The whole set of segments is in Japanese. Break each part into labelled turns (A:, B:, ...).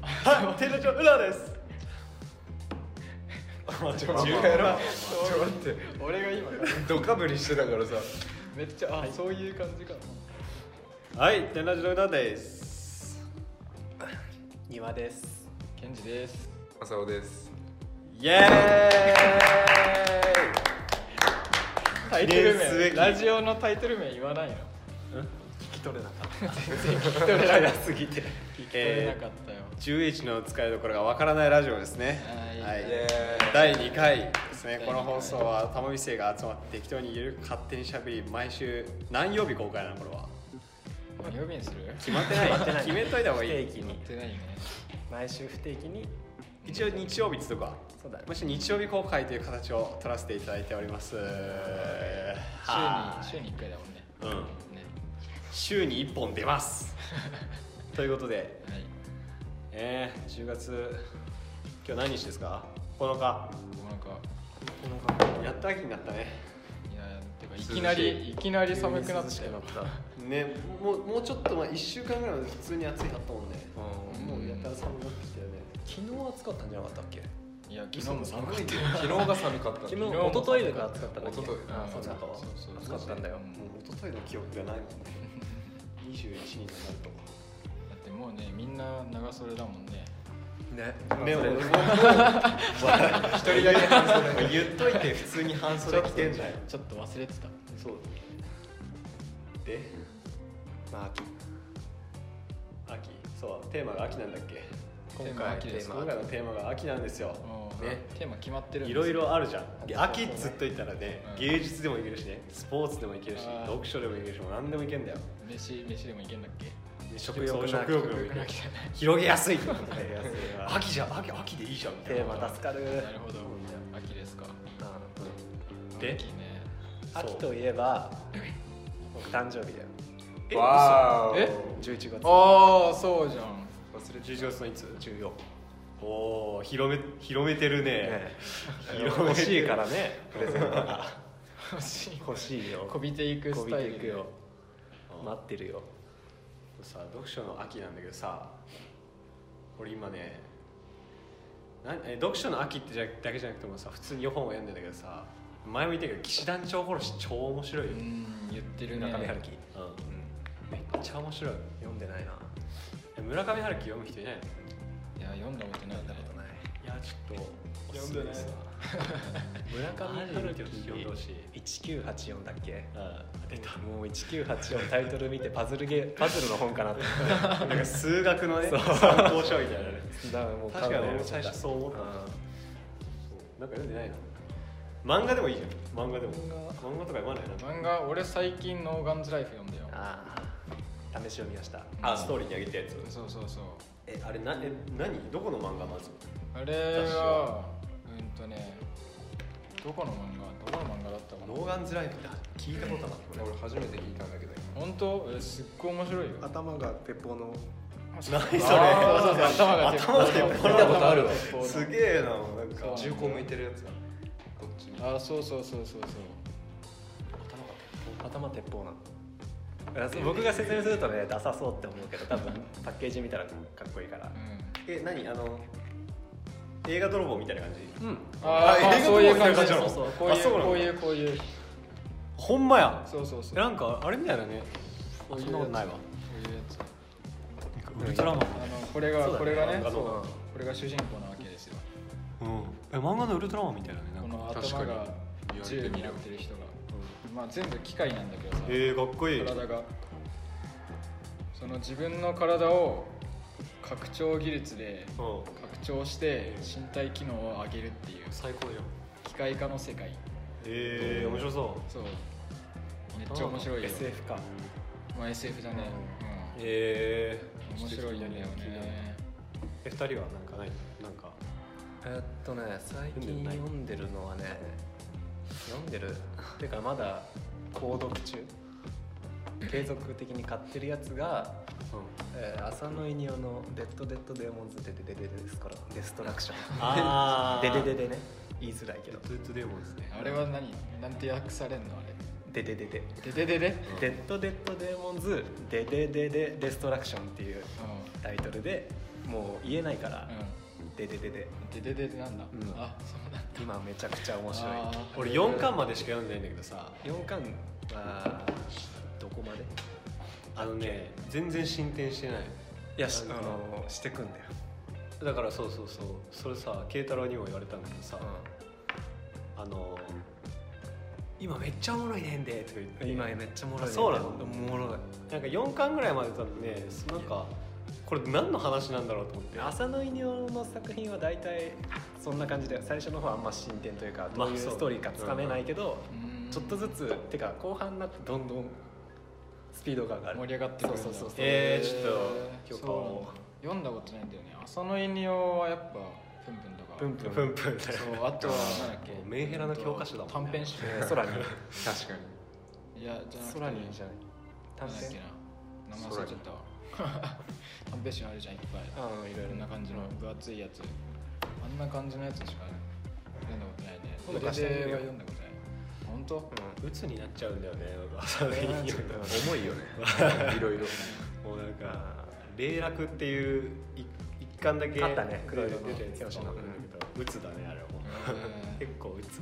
A: はい、天井うらです。
B: あちょっと違うやろちょっと待って
C: 俺が今
B: ドカぶりしてたからさ
C: めっちゃあ、そういう感じか
A: はい、天井のうらです。庭です。
C: ケンジです
B: 浅尾です
A: イエ
C: タイトル
A: 記念すべ
C: 名
A: き
C: ラジオのタイトル名言わないの
A: ーイ。
C: 聞き取れなかった聞き取れなかった
A: すぎて。
C: 聞き取れなかったよ、
A: 11の使いどころがわからないラジオですね。
C: はい
B: イエーイ
A: 第2回ですね。
C: 第二回
A: この放送は玉美生が集まって適当にゆるく勝手にしゃべり、毎週何曜日公開なのこれは。
C: 何曜日にする
A: 決まってない。
D: 決まってない
A: 決めといた方が
D: 不
A: い
D: 定
A: い
D: 期。
C: 決まっ
D: に
C: てないね
D: 毎週不定期に
A: 一応日曜日とか。
D: そうだね
A: もし日曜日公開という形を取らせていただいております。はい
C: 週に週に1回だもんね
A: うん、
C: ね
A: 週に1本出ます ということで、
C: はい
A: えー、10月今日何日ですか9日
C: なんか
A: やった秋になったね
C: いやてかいきなりいきなり寒くなってきたよ
A: ねもうもうちょっとまあ1週間ぐらいまで普通に暑いかったもんね
D: うん
C: もうやたら
A: 寒くなってきたよね
D: 昨日暑かったんじゃなかったっけ
C: いや昨日も寒かったよ
B: 昨日が寒かった
D: 昨日
C: 昨日も
D: 一昨日とか暑かったんだっけ
B: 一昨日
D: ああそうだ
A: なんかは
C: そうそう
D: 暑かったんだよ
C: うん
A: もう一昨日の記憶がないもんね21日になる
C: だってもうねみんな長袖だもんね
B: ね
A: とね俺も
B: 一人だけ半袖
A: 言っといて普通に半袖着てんだよ
C: ちょっと忘れてた
A: そうで
D: まあ秋
A: 秋そうテーマが秋なんだっけ
C: テー
D: 今
C: マ
D: 回
C: 秋です
D: テーマ
A: 今回のテーマが秋なんですよ
C: もう
A: ね
C: テーマ決まってる
A: い
C: んです
A: ろいろあるじゃ
D: そうん
A: 秋っつっといたらね、
C: うん
A: 芸術でもいけるしねスポーツでもいけるし
C: あー
A: 読書でもいけるしもう何でもいけんだよ
C: 飯飯でもいけんだっけ
A: 食欲
D: な
A: 食欲でもいける広げやすい秋じゃ秋秋でいいじゃんみたい
D: テ
A: な
D: ーマ助かる
C: なるほど秋ですか
A: で
C: 秋ね
A: そう
D: 秋といえば僕誕生日だよ
A: え
B: わー
C: え
D: 11月
C: ああそうじゃん
A: 忘れ11月のいつ14おお広め広めてるね
D: ね
A: 広めてる
D: 欲しいからねプレゼントが
C: 欲しい
D: 欲しいよ
C: こびていく
D: こ
C: ス
D: び
C: タイ
D: て
C: ル
D: いくよ
A: うん
D: 待ってるよ
A: さ読書の秋なんだけどさ俺今ねなえ読書の秋ってじゃだけじゃなくてもさ普通に本を読んでんだけどさ前も言ったけど騎士団長殺し超面白いうよ、
C: ん言ってるね
D: 村上春樹
A: めっちゃ面白い
D: 読んでないな
A: え村上春樹読む人いないの
C: いや読んだことない
D: 読んだ
C: ね
D: ことない
A: いやちょっと
C: 読んでな
A: お
C: い
A: すすめですわ
D: 村上春樹
A: 読んでほしい
D: 1984だっけ
A: あ出た
D: もう1984タイトル見てパズルゲーパズルの本かなって
A: なんか数学のね
D: そう
A: 参考書みたいなね
D: だからもう
A: 確かに俺も最
D: 買うのやめちゃ
A: 初
D: った
A: そう思ったそうなんか読んでないの漫画でもいいじゃん漫画でも漫画とか読まないの
C: 漫画俺最近ノーガンズライフ読んだよ
D: ああ試し読みました
A: あストーリーにあげたやつ
C: そうそうそう
A: えあれなえ何どこの漫画まず
C: あれはうんとねどこの漫画どこの漫画だったかな
A: ノーガンズライフだ聞いたことな
B: 俺初めて聞いたんだけど
C: 本当えすっごい面白いよ
D: 頭が鉄砲の
A: 何
C: あーそ
A: そ
C: うそう頭が鉄砲
A: 頭が鉄砲
C: 見たことあるわ
A: れすげえななんか
C: そう
B: 重厚向いてるやつだこっちに
C: あそうそうそうそうそう
D: 頭鉄砲なの僕が説明するとねダサそうって思うけど多分パッケージ見たらかっこいいから
C: う
A: え何あの映画泥棒みたいな感じ
D: うん
C: んあーまあ
A: 映画
C: そういう
A: 撮ってる
C: 感
A: 感
C: じ
A: じなの
C: そうそうこう
A: あ
C: いう
A: そうなんだ
C: こういうこういう
A: ほんまや
C: そうそうそう
A: なんかあれみたいなね
C: こういうやつこういうやつ
A: ウルトラマン
C: あのこれが、
D: そうだね
C: これがね
A: 漫画
C: そ
A: の
C: うこれが主人公なわけですよ
A: うんえ漫画のウルトラマンみたいなねな
C: こ
A: んか
C: の
B: 確か
C: 頭が
B: に言われ
C: 銃
B: てみ
C: に
B: れ
C: な
B: ば
C: ってる人が、まあ全部機械なんだけどさ、
A: えー、かっこいい
C: 体がその自分の体を拡張技術で
A: うん
C: 拡張して身体機能を上げるっていう
A: 最高じゃん
C: 機械化の世界
A: えー、面白そう
C: そうめっちゃ面白いよ
D: SF か
C: まあ SF だね、
A: え
C: うん、面白いんだよね
A: え二人はなんかないなんか
D: えーっとね最近読んでるのはね読んでるっていうかまだ購読中継続的に買ってるやつが「えー浅野稲夫のデッド・デッド・デーモンズ・デデデデデ」ですから「デストラクション」
A: あ
D: デデデデね言いづらいけど
A: トゥートゥデーモンですね
C: あれは何なんて訳されんのあれ
D: 「デデデデ」
C: でででで、うん、
D: 「デッド・デッド・デーモンズ・デデデデ・デストラクション」っていうタイトルでもう言えないから
C: う
D: 「でででで
C: んででででなんだ、
D: うん
C: あそうなんだ」
D: 今めちゃくちゃ面白い
C: あー
A: 俺4巻までしか読んでないんだけどさ
D: 4巻はどこまで
A: あのね全然進展してない
D: いやしあのしてくんだよ、
A: だからそうそうそうそれさ慶太郎にも言われたんだけどさ、あの今めっちゃおもろいねんでとか言っ
D: うん、
A: て
D: 今めっちゃおもろいね
A: あそうなの
D: おもろい
A: なんか4巻ぐらいまで多分ねなんかこれ何の話なんだろうと思って
D: 浅野稲夫の作品は大体そんな感じで最初の方はあんま進展というか
A: まあ
D: どういう
A: そう
D: ストーリーかつかめないけど、
C: うん
D: ちょっとずつてか後半になってどんどんスピードが上がる
C: 盛り上がってくるんだ
D: そうそうそう
A: えー、ちょっと許可を
C: そう読んだことないんだよね浅野稲夫はやっぱプンプンとか
D: プ
A: プ
D: ンプン
A: ンプンだよ
C: そうあとはなんだっけ
A: もうメンヘラの教科書だもんね
C: 短編集
D: えー空 に
B: 確かに
C: いやじゃなくて
D: 空にじゃない
C: 短
D: 短
C: 編
D: 編
C: 名前忘れちゃ ったわ短編集あるじゃんいっぱい
D: ああいろい
C: こ
D: ろ
C: んな
D: な
C: 感じの分厚いやつあんな感じのやつしか読んだことないね
D: 昔
C: 昔は読んだことない本当
A: 鬱になっちゃうんだよね僕浅野
D: うん
A: いいよ
B: 重い よねいろいろ
A: もうなんか「霊楽」っていうい一巻だけ
D: あったね
A: 黒いの
D: 黒いの
A: 出てるやつ
D: 表紙の
A: なんだけど鬱だねあれも
C: え
A: 結構鬱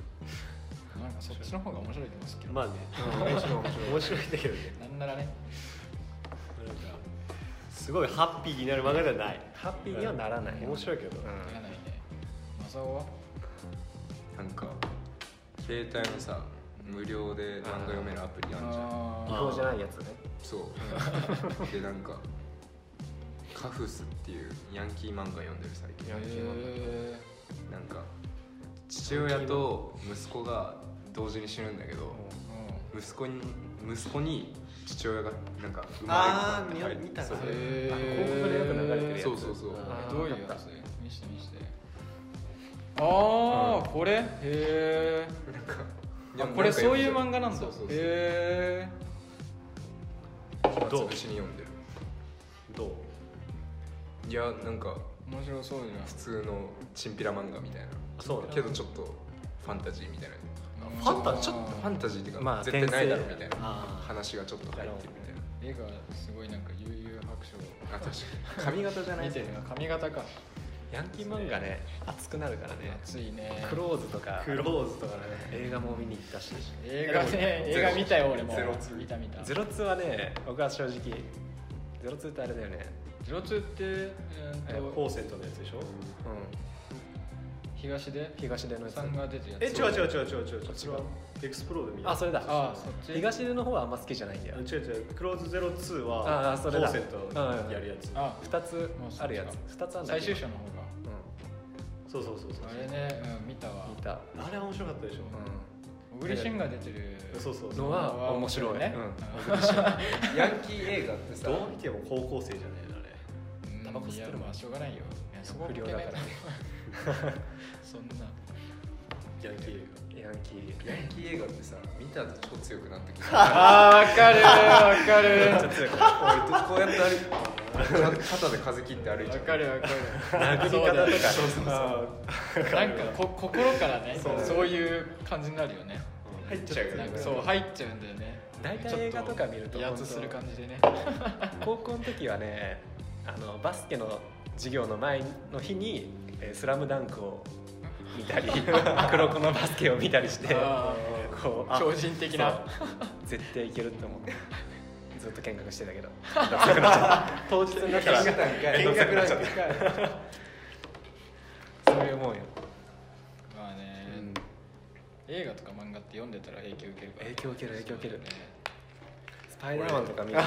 C: ーなんかそっちの方が面白いと思うんですけど
A: まあね面白い面白いんだけどね
C: なんならね
A: なんかすごいハッピーになる漫画ではない
D: ハッピーにはならない
A: 面白いけど、
C: ならないねマサオは
B: なんか携帯のさ無料で漫画読めるアプリあるじゃ
D: 違
B: ん
C: あ
D: 法じゃないやつね
B: そうでなんかカフスっていうヤンキー漫画読んでる最近
C: ーえ
B: なんか父親と息子が同時に死ぬんだけど
C: ー
B: 息子に息子に父親がなんか生ま
A: あー
B: れ変わって
A: 見た見た
B: そう
A: それ
C: え
D: 広告でよく流れてるやつ
B: そうそうそう
A: あ
C: どういう
D: わか
C: や
D: っ
C: つ
D: た
C: 見して見してああ、
B: う
C: これへえ
B: なんかで
C: あ
B: も
C: これそういう漫
B: なんか
C: 画なんだ
B: そうそうそう
C: へえ
B: 読んでる
A: どう
B: 暇つぶしに読んでる
A: どう
B: いやなんか
C: 面白そうじ
B: 普通のチンピラ漫画みたいな
A: あそうなの
B: けどちょっとファンタジーみたいな
C: ゃん
A: ファンタちょっ
C: っ
B: ファンタジーっていうか、
D: まあ
B: 絶対ないだろうみたいな
A: あ
B: 話がちょっと入ってるみたいな
C: 絵がすごいなんか悠々白書
B: あ確かに髪型じゃない
C: 見てるな髪型か
D: ヤンキー漫画ね熱くなるからね
C: 熱いね
D: クローズとか
A: クローズとかね
D: 映画も見に行ったし
C: 映画ね映画見たよ俺も
B: ゼロツー
C: 見た見た
D: ゼロツーはね僕は正直ゼロツーってあれだよね
C: ゼロツーってえ
A: え
C: ーっ
A: コ
C: と
A: ーセントのやつでしょ、
D: うん
C: 東で
D: 東出のやつ
C: さんが出てるやつ
A: え違う違う違う違う違う違う
D: 違う
A: エクスプロードみたいな
D: あそれだ
C: あそっち
D: 東出の方はあんま好きじゃないんだよ
A: あ違う違うクローズ02
D: あ
A: は
D: あ
A: コ
D: それだ
A: ーセントやるやつ
C: あ
D: 2つあるや
C: もうそっち
D: つ2つあるんだ
C: 最終章
D: う
C: の方
D: ん
A: そうそうそうそう
C: があれねうん見たわ
D: 見た
A: あれ面白かったでしょ、
C: 小栗旬が出てる
A: そうそう
D: うん
A: そう
D: のは面白い
C: 面白いね
B: ヤンキー映画ってさ
A: どう見ても高校生じゃないのあれ
C: うん
D: タバコ吸ってるも
C: いや
D: ん
C: まあしょうがないよいやそこは
D: 不良だからね
C: そんな
A: ヤンキー映
D: うんヤンキー
B: ヤンキー映画ってさ見た後超強くなってきた
C: あーわかるわかる
D: ちょっと強かっ
B: 俺とこうやって歩いて肩で風切って歩いちゃ
C: わ
B: う
C: かるわか
D: た
C: る
D: 殴り方とか
B: そうそうそ
C: な
B: う
C: んかこ心からね
A: そう
C: そういう感じになるよね
A: 画
B: 入っちゃうよ
C: なん
B: ね
C: かそう入っちゃうんだよね
D: 大体映画とか見ると
C: ちょっ威圧する感じでね
D: 高校の時はねあのバスケの授業の前の日に「えースラムダンクを見た り黒子のバスケを見たりして
C: あ
D: こう
C: ー超人的な
D: そう絶対いけるって思ってずっと見学してた けど
A: 当日になった
B: 見
A: ら
B: 学なんかい
D: 見学なんかそういうもんよ、
C: まあね
D: うん
C: 映画とか漫画って読んでたら影響受けるから
D: 影響受ける影響受ける
C: ね
D: スパイダーマンとか見ると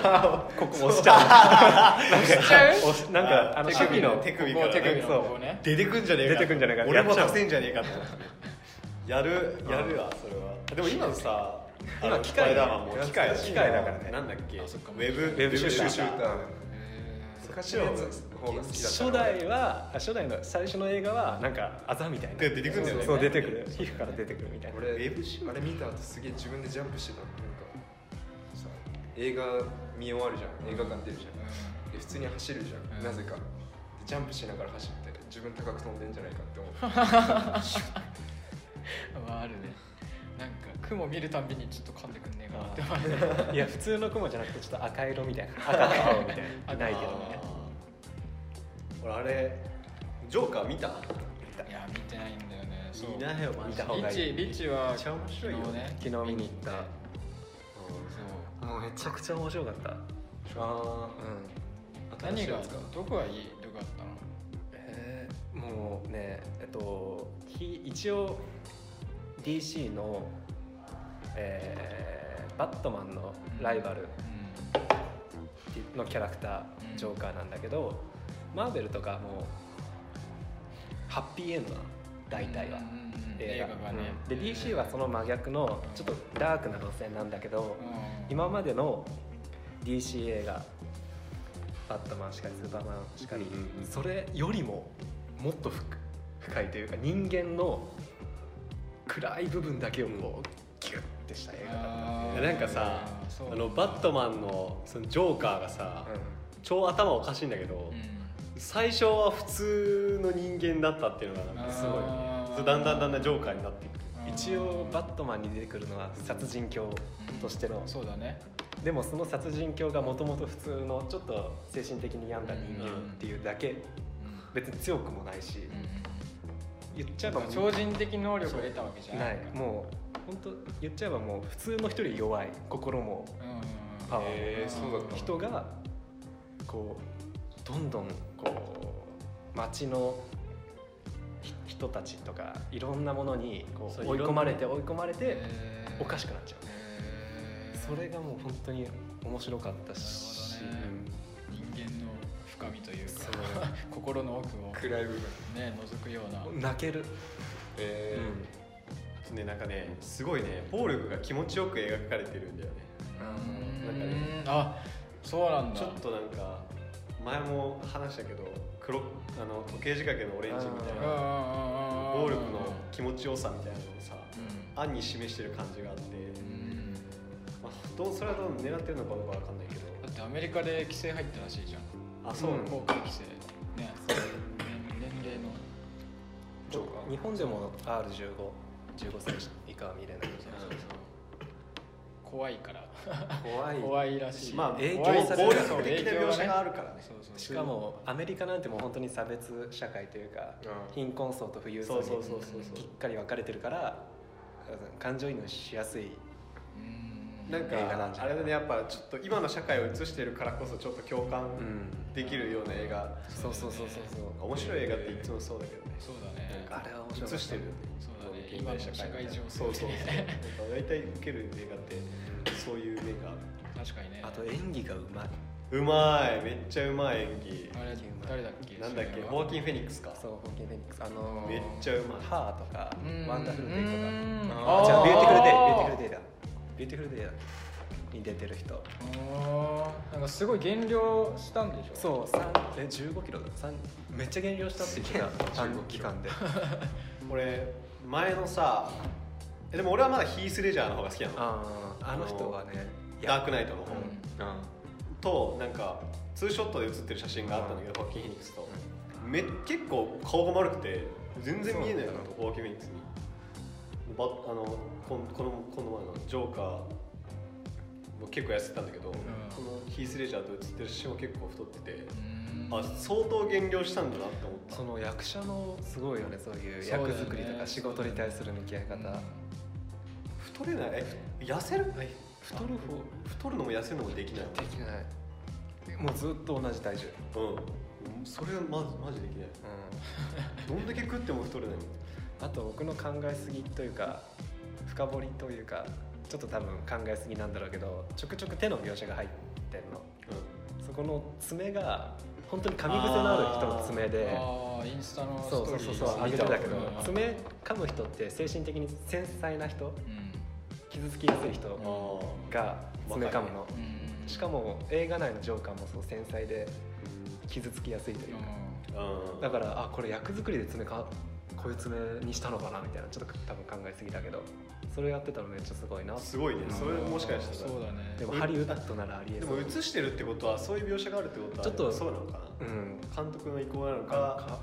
D: ここ押しちゃ
C: 押しちゃう
D: う押しなんかあの
C: 手
D: 手首
C: 首
D: の
C: の
A: 手首
C: こ
A: か
C: う
A: ら
C: 手首の
D: そう
C: こうね
A: 出てくんじゃねえか
D: 出てくんじゃねえか
A: 俺も
D: やっちゃう
A: 出せんじゃねえかと思ってやるやるわそれはでも今のさ
D: 今
A: あの
D: 機械
A: スパイダーマンも機械だし
D: 機械だからね
A: なんだっけウ
C: あそっか
A: ェブウ
D: ェブシューター
B: シューター昔のやつの方が好きだった
D: 初代はあ初代の最初の映画はなんかあざみたいな
A: で出てくんだよね
D: そうそう出てくる皮膚から出てくるみたいな
B: 俺
A: ウェブシューター
B: あれ見た後すげえ自分でジャンプしてたのなんかさ映画見終わるじゃん映画館出るじゃんで普通に走るじゃん、
C: うん
B: なぜかでジャンプしながら走って自分高く飛んでんじゃないかって思って
C: うんまああるねなんか雲見るたんびにちょっと噛んでくんねえかなって思う
D: いや普通 の雲じゃなくてちょっと赤色みたいな赤と青みたいなないけどね
A: あー俺あれジョーカー見た
C: いや見てないんだよねそう
A: 見なよマジで
D: 見た方
C: リ
D: が
C: ッ
D: いい
C: チリッチは
A: めっちゃ面白いよ
C: 昨日ね
D: 昨日見に行った
C: そう
D: もうめちゃくちゃ面白かった
A: あ
D: うん
A: ー新し
C: 何
A: いや
C: が
A: つか
C: どこがいいよかったの
D: えーもうねえっとひ一応 DC の、えーバットマンのライバル
C: う
D: のキャラクタージョーカーなんだけど、マーベルとかもうハッピーエンドなの大体は、
C: うんうんうん映画がね
D: うんで DC はその真逆のちょっとダークな路線なんだけど、
C: ん
D: 今までの DC 映画バットマンしかりスーパーマンしかり、
A: うんうん
D: それよりももっと深深いというか人間の暗い部分だけをこうギュッてした映画だった
C: あー
A: なんかさ
C: そう
A: あのバットマンのそのジョーカーがさ、
D: う
A: 超頭おかしいんだけど、
C: うん
A: 最初は普通の人間だったっていうのがなんかすごい
C: あー
A: そうだんだんだんだんジョーカーになっていく
D: ん一応バットマンに出てくるのは殺人狂としての、
C: そうだね
D: でもその殺人狂がもともと普通のちょっと精神的に病んだ人間っていうだけ別に強くもないし、言っちゃえばもう
C: 超人的能力を得たわけじゃ
D: ない
C: うん
D: もう本当言っちゃえばもう普通の人より弱い心もパワーも、
B: えー、そうだった
D: 人がこうどんどんこう街のひ人たちとかいろんなものにこ
A: そうう
D: 追い込まれて
A: い
D: 追い込まれておかしく
C: く
D: なっちゃうそれがもう本当に面白かったし
C: なるほどね人間の深みというか
D: そう
C: 心の奥を
B: 暗い部分
C: ね覗くような
D: 泣ける、
A: えーあとねなんかねすごいね暴力が気持ちよく描かれてるんだよね
C: う
A: なんか
C: ん
A: ね
C: あそうなんだ
A: ちょっとなんか前も話したけど黒あの時計仕掛けのオレンジみたいな暴
C: 暴
A: 力の気持ちよさみたいなのをさ
C: う
A: 暗に示してる感じがあって、
C: んうん
A: まあ、どうそれはどう狙ってるのかどうかわかんないけど
C: だってアメリカで規制入ったらしいじゃん
A: あそうなの、
C: 効果規制ね年年齢の
B: ジョーカー
D: 日本でも R1515 歳以下は見れない
C: 怖いから
D: 怖い
C: 怖いらしい
A: まあ
D: 影響
A: 暴
C: 怖い
A: 力
D: される
A: 的な
C: そう影響
A: 描
C: が
A: 写
C: ね
A: があるからね
C: そうそう
D: しかもアメリカなんてもう本当に差別社会というか貧困層と富裕層
A: そう
D: に
A: そうそうそう
D: きっ
A: そ
D: かり分かれてるから感情移入しやすい、
C: うん
A: うなん
D: 映画なん
A: か
D: じゃ
A: あ
D: ない
A: れだねやっぱちょっと今の社会を映してるからこそちょっと共感できるような映画、
D: そうそうそうそうそう
A: 面白い映画っていつもそうだけどね
C: そうだね
D: あれは面白かった
A: 映してるよね
C: そうだね
A: 現代みたいなそ
C: 今の社会情
A: う
C: 勢
A: そうそうなんか大体受ける映画ってそういう映
C: 確かにね
D: あと演技がうまい
A: 画うまいめっちゃうまい演技
C: あれ誰だっけ
A: なんだっけ
C: 主演は
A: ホーキン・フェニックスか
D: そうホーキン・フェニックスあの
A: めっちゃうまい
D: ハー」とか
C: うん
D: 「ワンダフル・デイ」と
C: うん
D: かあじゃあ「ビューティフル・デイ」「ビュー
C: イ
D: ティフル・デイ」だ「ビューティフル・デイ」だに出てる人
C: なんかすごい減量したんでしょ
D: そう三え15キロだ三めっちゃ減量したって言ってた短期間で
A: 俺前のさえでも俺はまだヒース・レジャーの方が好きなの
D: あーあの人はね
A: ダークナイトの方、
C: うん
A: となんかツーショットで写ってる写真があったんだけど、ホーキン・フェニックスと、め結構顔が丸くて全然見えないの
D: そう
A: ホーキン・フェニックスにバあのこんこのこの前のジョーカーも結構痩せてたんだけど、このヒース・レジャーと写ってる写真も結構太ってて、
C: うん
A: あ相当減量したんだなって思った
D: その役者のすごいよねそういう
C: そうだよ
D: 役
C: ね
D: 作りとか仕事に対する向き合い方、
A: 太れないえ痩せるえ
D: 太る方
A: 太るのも痩せるのもできない
D: できないもうずっと同じ体重
A: うんそれはまずマジできないどんだけ食っても太れないもん
D: あと僕の考えすぎというか深掘りというかちょっと多分考えすぎなんだろうけどちょくちょく手の描写が入ってんのそこの爪が本当に噛み癖のある人の爪で
C: あーインスタのス
D: そ
C: トー
D: うそう
C: リー
D: そうそう上げてたけど
C: うん
D: 爪噛む人って精神的に繊細な人傷つきやすい人
A: うんああ
D: が爪噛むの
C: うんうん
D: しかも映画内のジョーカーもそう繊細で傷つきやすいというか
C: う
A: うん
D: だからあこれ役作りで爪かこういう爪にしたのかなみたいなちょっと多分考えすぎだけどそれやってたらめっちゃすごいな
A: すごいね
C: ん
A: それもしかしたら
C: そうだね
D: でもハリウッドならありえ
A: で
D: そう
A: も映してるってことはそういう描写があるってことは
D: ちょっと
A: そうなのか
D: うん
A: な監督の意向なのか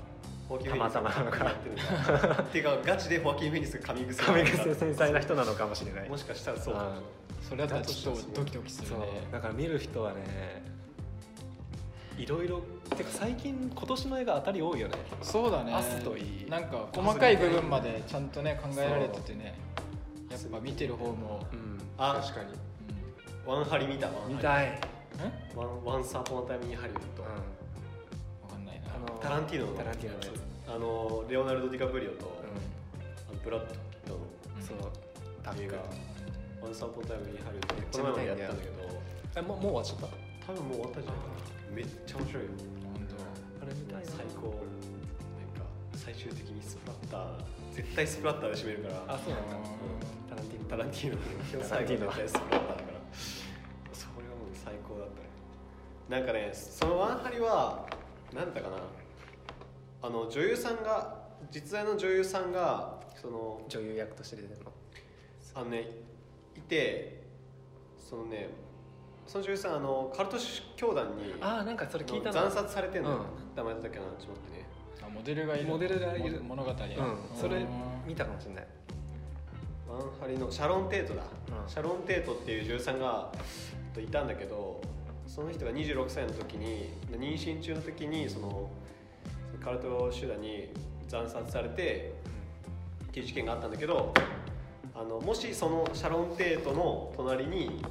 A: ホーキンフェニックス
D: たまたまなのか
A: やってるのかっていうかガチでホーキン・フェニックスが神癖
D: カメが
A: なの
D: 繊
A: か
D: 細な人なのかもしれない
A: もしかしたらそうかも
D: うん
C: それだったらちょっとドキドキす
D: そ
C: る
D: う
C: ね
D: だから見る人はねいろいろてか最近今年の映画当たり多いよね
C: そうだね
D: 明日といい
C: なんか細かい部分までちゃんとね考えられててねやっぱ見てる方も、
D: うん
A: あ
B: 確かに
C: う
A: ワンハリ見たワンハリ
D: 見たい
C: ん、え
A: ワンワンサーポンタイムにハリウッド、
B: う
C: わかんないな
D: あの
A: タランティーノの
D: タランティーノのや
A: あのレオナルド・ディカプリオと、
D: つ
A: あのブラッド・ピットの
C: うん
D: うんそう
A: 映画「ワンサーポンタイムにハリウッド」この前までやったんだけど
D: えもうもう終わっちゃっ
A: 多
D: た
A: 分もう終わったんじゃないかなめっちゃ面白いよ
C: 本
D: あれ見たいな
A: 最高なんか最終的にスプラッター絶対スプラッターで締めるから
D: あそうなんだ
A: タランティーノタランティーノ
D: タラ
A: 最
D: ン
A: 後
D: ティーノ
A: 絶対スプラッターだからそれはもう最高だったねなんかねそのワンハリは何だったかなあの女優さんが実在の女優さんがその
D: 女優役として出てるの
A: あのねいてそのねその女優さんあのカルト教団に
D: ああなんかそれ聞いた
A: 惨
D: な
A: 殺されてんの、
D: う
A: よ
D: ん
A: 名前だったっけなちょっと待ってね
C: 当あモデルがいる
D: モデルがいる
C: も物語や
D: うんそれ見たかもしれない
A: ワンハリのシャロン・テートだ、
D: うん
A: シャロン・テートっていう女優さんがえっといたんだけどその人が26歳の時に妊娠中の時にそのそのカルト集団に惨殺されてっていう事件があったんだけどあのもしそのシャロン・テートの隣に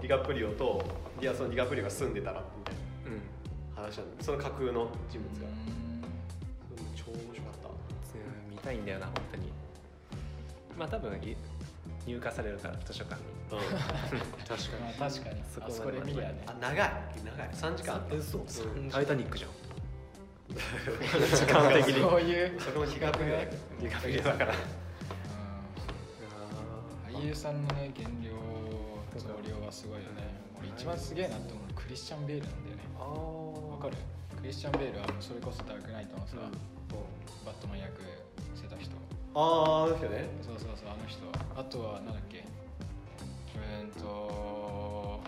A: ディカプリオとディアそのディカプリオが住んでたらみたい
D: うん
A: な話なんだその架空の人物が、
C: うん
A: それも超面白かった
D: 見たいんだよな本当にまあ多分い入荷されるから図書館に
A: 確か
C: まあ確かに
D: そこま
C: あ
D: で
C: そこで見りゃね
A: あ長い長い3時間あった
D: そう
A: うん
D: タイタニックじゃん
A: 時間的に
C: そういう
A: そこも比較だよ比較だから
C: うん俳優さんのね減量増量はすごいよね俺一番すげえなって思うのクリスチャン・ベールなんだよね
D: あ
C: わ
D: わ
C: かるクリスチャン・ベールはもうそれこそダークナイトのさ、
D: うん
C: バットマン役してた人
A: ああですよね
C: そうそうそうあの人あとはなんだっけえーっと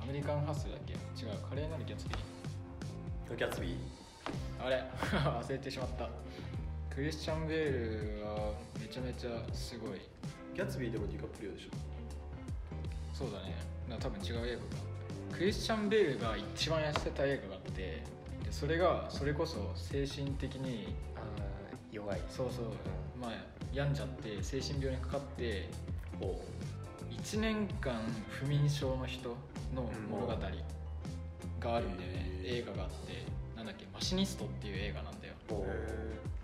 C: アメリカンハッスルだっけ違うカレーなるやつでいい
A: ギャツビー
C: あれ 忘れてしまったクリスチャン・ベールはめちゃめちゃすごい
A: ギャツビーでもディカプリオでしょ
C: そうだねな多分違う映画がクリスチャン・ベールが一番痩せた映画があってでそれがそれこそ精神的に
D: あー弱い
C: そうそう、まあ病んじゃって精神病にかかって
A: お
C: 1年間不眠症の人の物語があるんだよね、
A: へー
C: 映画があってなんだっけマシニストっていう映画なんだよ
A: お